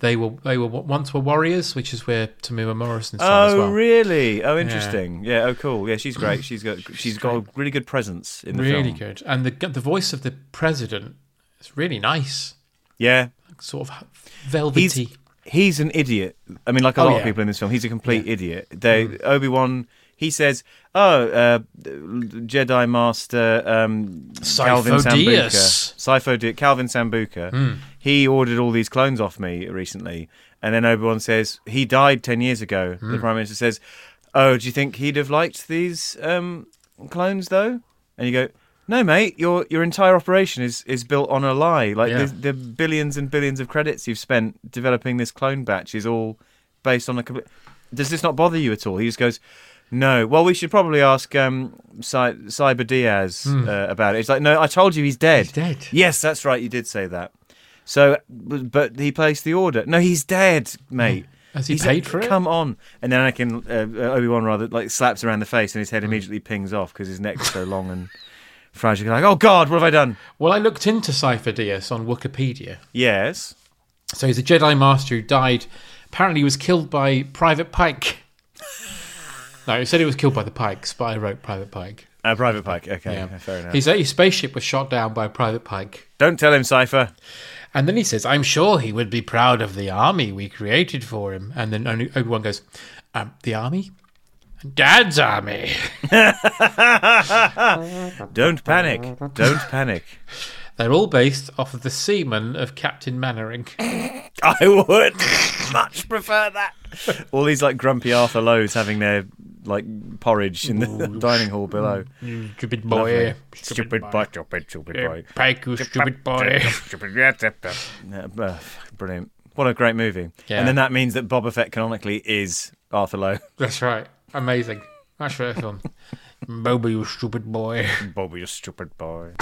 K: they were they were once were warriors, which is where Tamima Morrison's from as
L: oh,
K: well.
L: really? Oh,
K: Yeah.
L: interesting. Yeah. Oh, cool. Yeah, she's great. She's got she's got a really good presence in the
K: really
L: film.
K: good. And the the voice of the president is really nice,
L: Yeah.
K: sort of velvety.
L: He's, he's an idiot. I mean, like a
K: Oh,
L: lot
K: yeah. Hmm.
L: of people in this film, he's a complete idiot. They Obi Wan. He says, "Oh, uh, Jedi Master um, Calvin Sambuca,
K: Sifo-Dyas.
L: Sifo-Dyas- Calvin Sambuca.
K: Hmm.
L: He ordered all these clones off me recently." And then Obi Wan says, "He died ten years ago." The
K: Hmm.
L: Prime Minister says, "Oh, do you think he'd have liked these um, clones though?" And you go. No, mate, your your entire operation is, is built on a lie. Like
K: Yeah.
L: the, the billions and billions of credits you've spent developing this clone batch is all based on a complete. Does this not bother you at all? He just goes, no. Well, we should probably ask um, Cy- Cyber Diaz
K: Hmm.
L: uh, about it. It's like, no, I told you he's dead. He's
K: dead.
L: Yes, that's right. You did say that. So, b- but he placed the order. No, he's dead, mate.
K: Has he
L: He's-
K: paid for it?
L: Come on! And then Anakin, uh, Obi Wan rather, like slaps around the face, and his
K: Mm.
L: head immediately pings off because his neck is so long and fragile. You're Like, oh God, what have I done?
K: Well, I looked into Cypher Dias on Wikipedia.
L: Yes.
K: So he's a Jedi Master who died. Apparently, he was killed by Private Pike. no, it said he was killed by the Pikes, but I wrote Private Pike.
L: Uh, Private Pike. Okay, fair enough.
K: His, his spaceship was shot down by Private Pike.
L: Don't tell him, Cypher.
K: And then he says, I'm sure he would be proud of the army we created for him. And then only Obi Wan goes, um, The army? Dad's army.
L: Don't panic. Don't panic.
K: They're all based off of the seamen of Captain Mannering.
L: I would much prefer that. All these like grumpy Arthur Lowe's having their like porridge in the dining hall below.
K: You stupid
L: Mm. Lovely.
K: boy.
L: Stupid boy. Stupid, stupid
K: Yeah,
L: boy.
K: Pike, you stupid boy.
L: Yeah, uh, brilliant. What a great movie.
K: Yeah.
L: And then that means that Boba Fett canonically is Arthur Lowe.
K: That's right. Amazing. That's right, film. Boba, you stupid boy.
L: Boba, you stupid boy.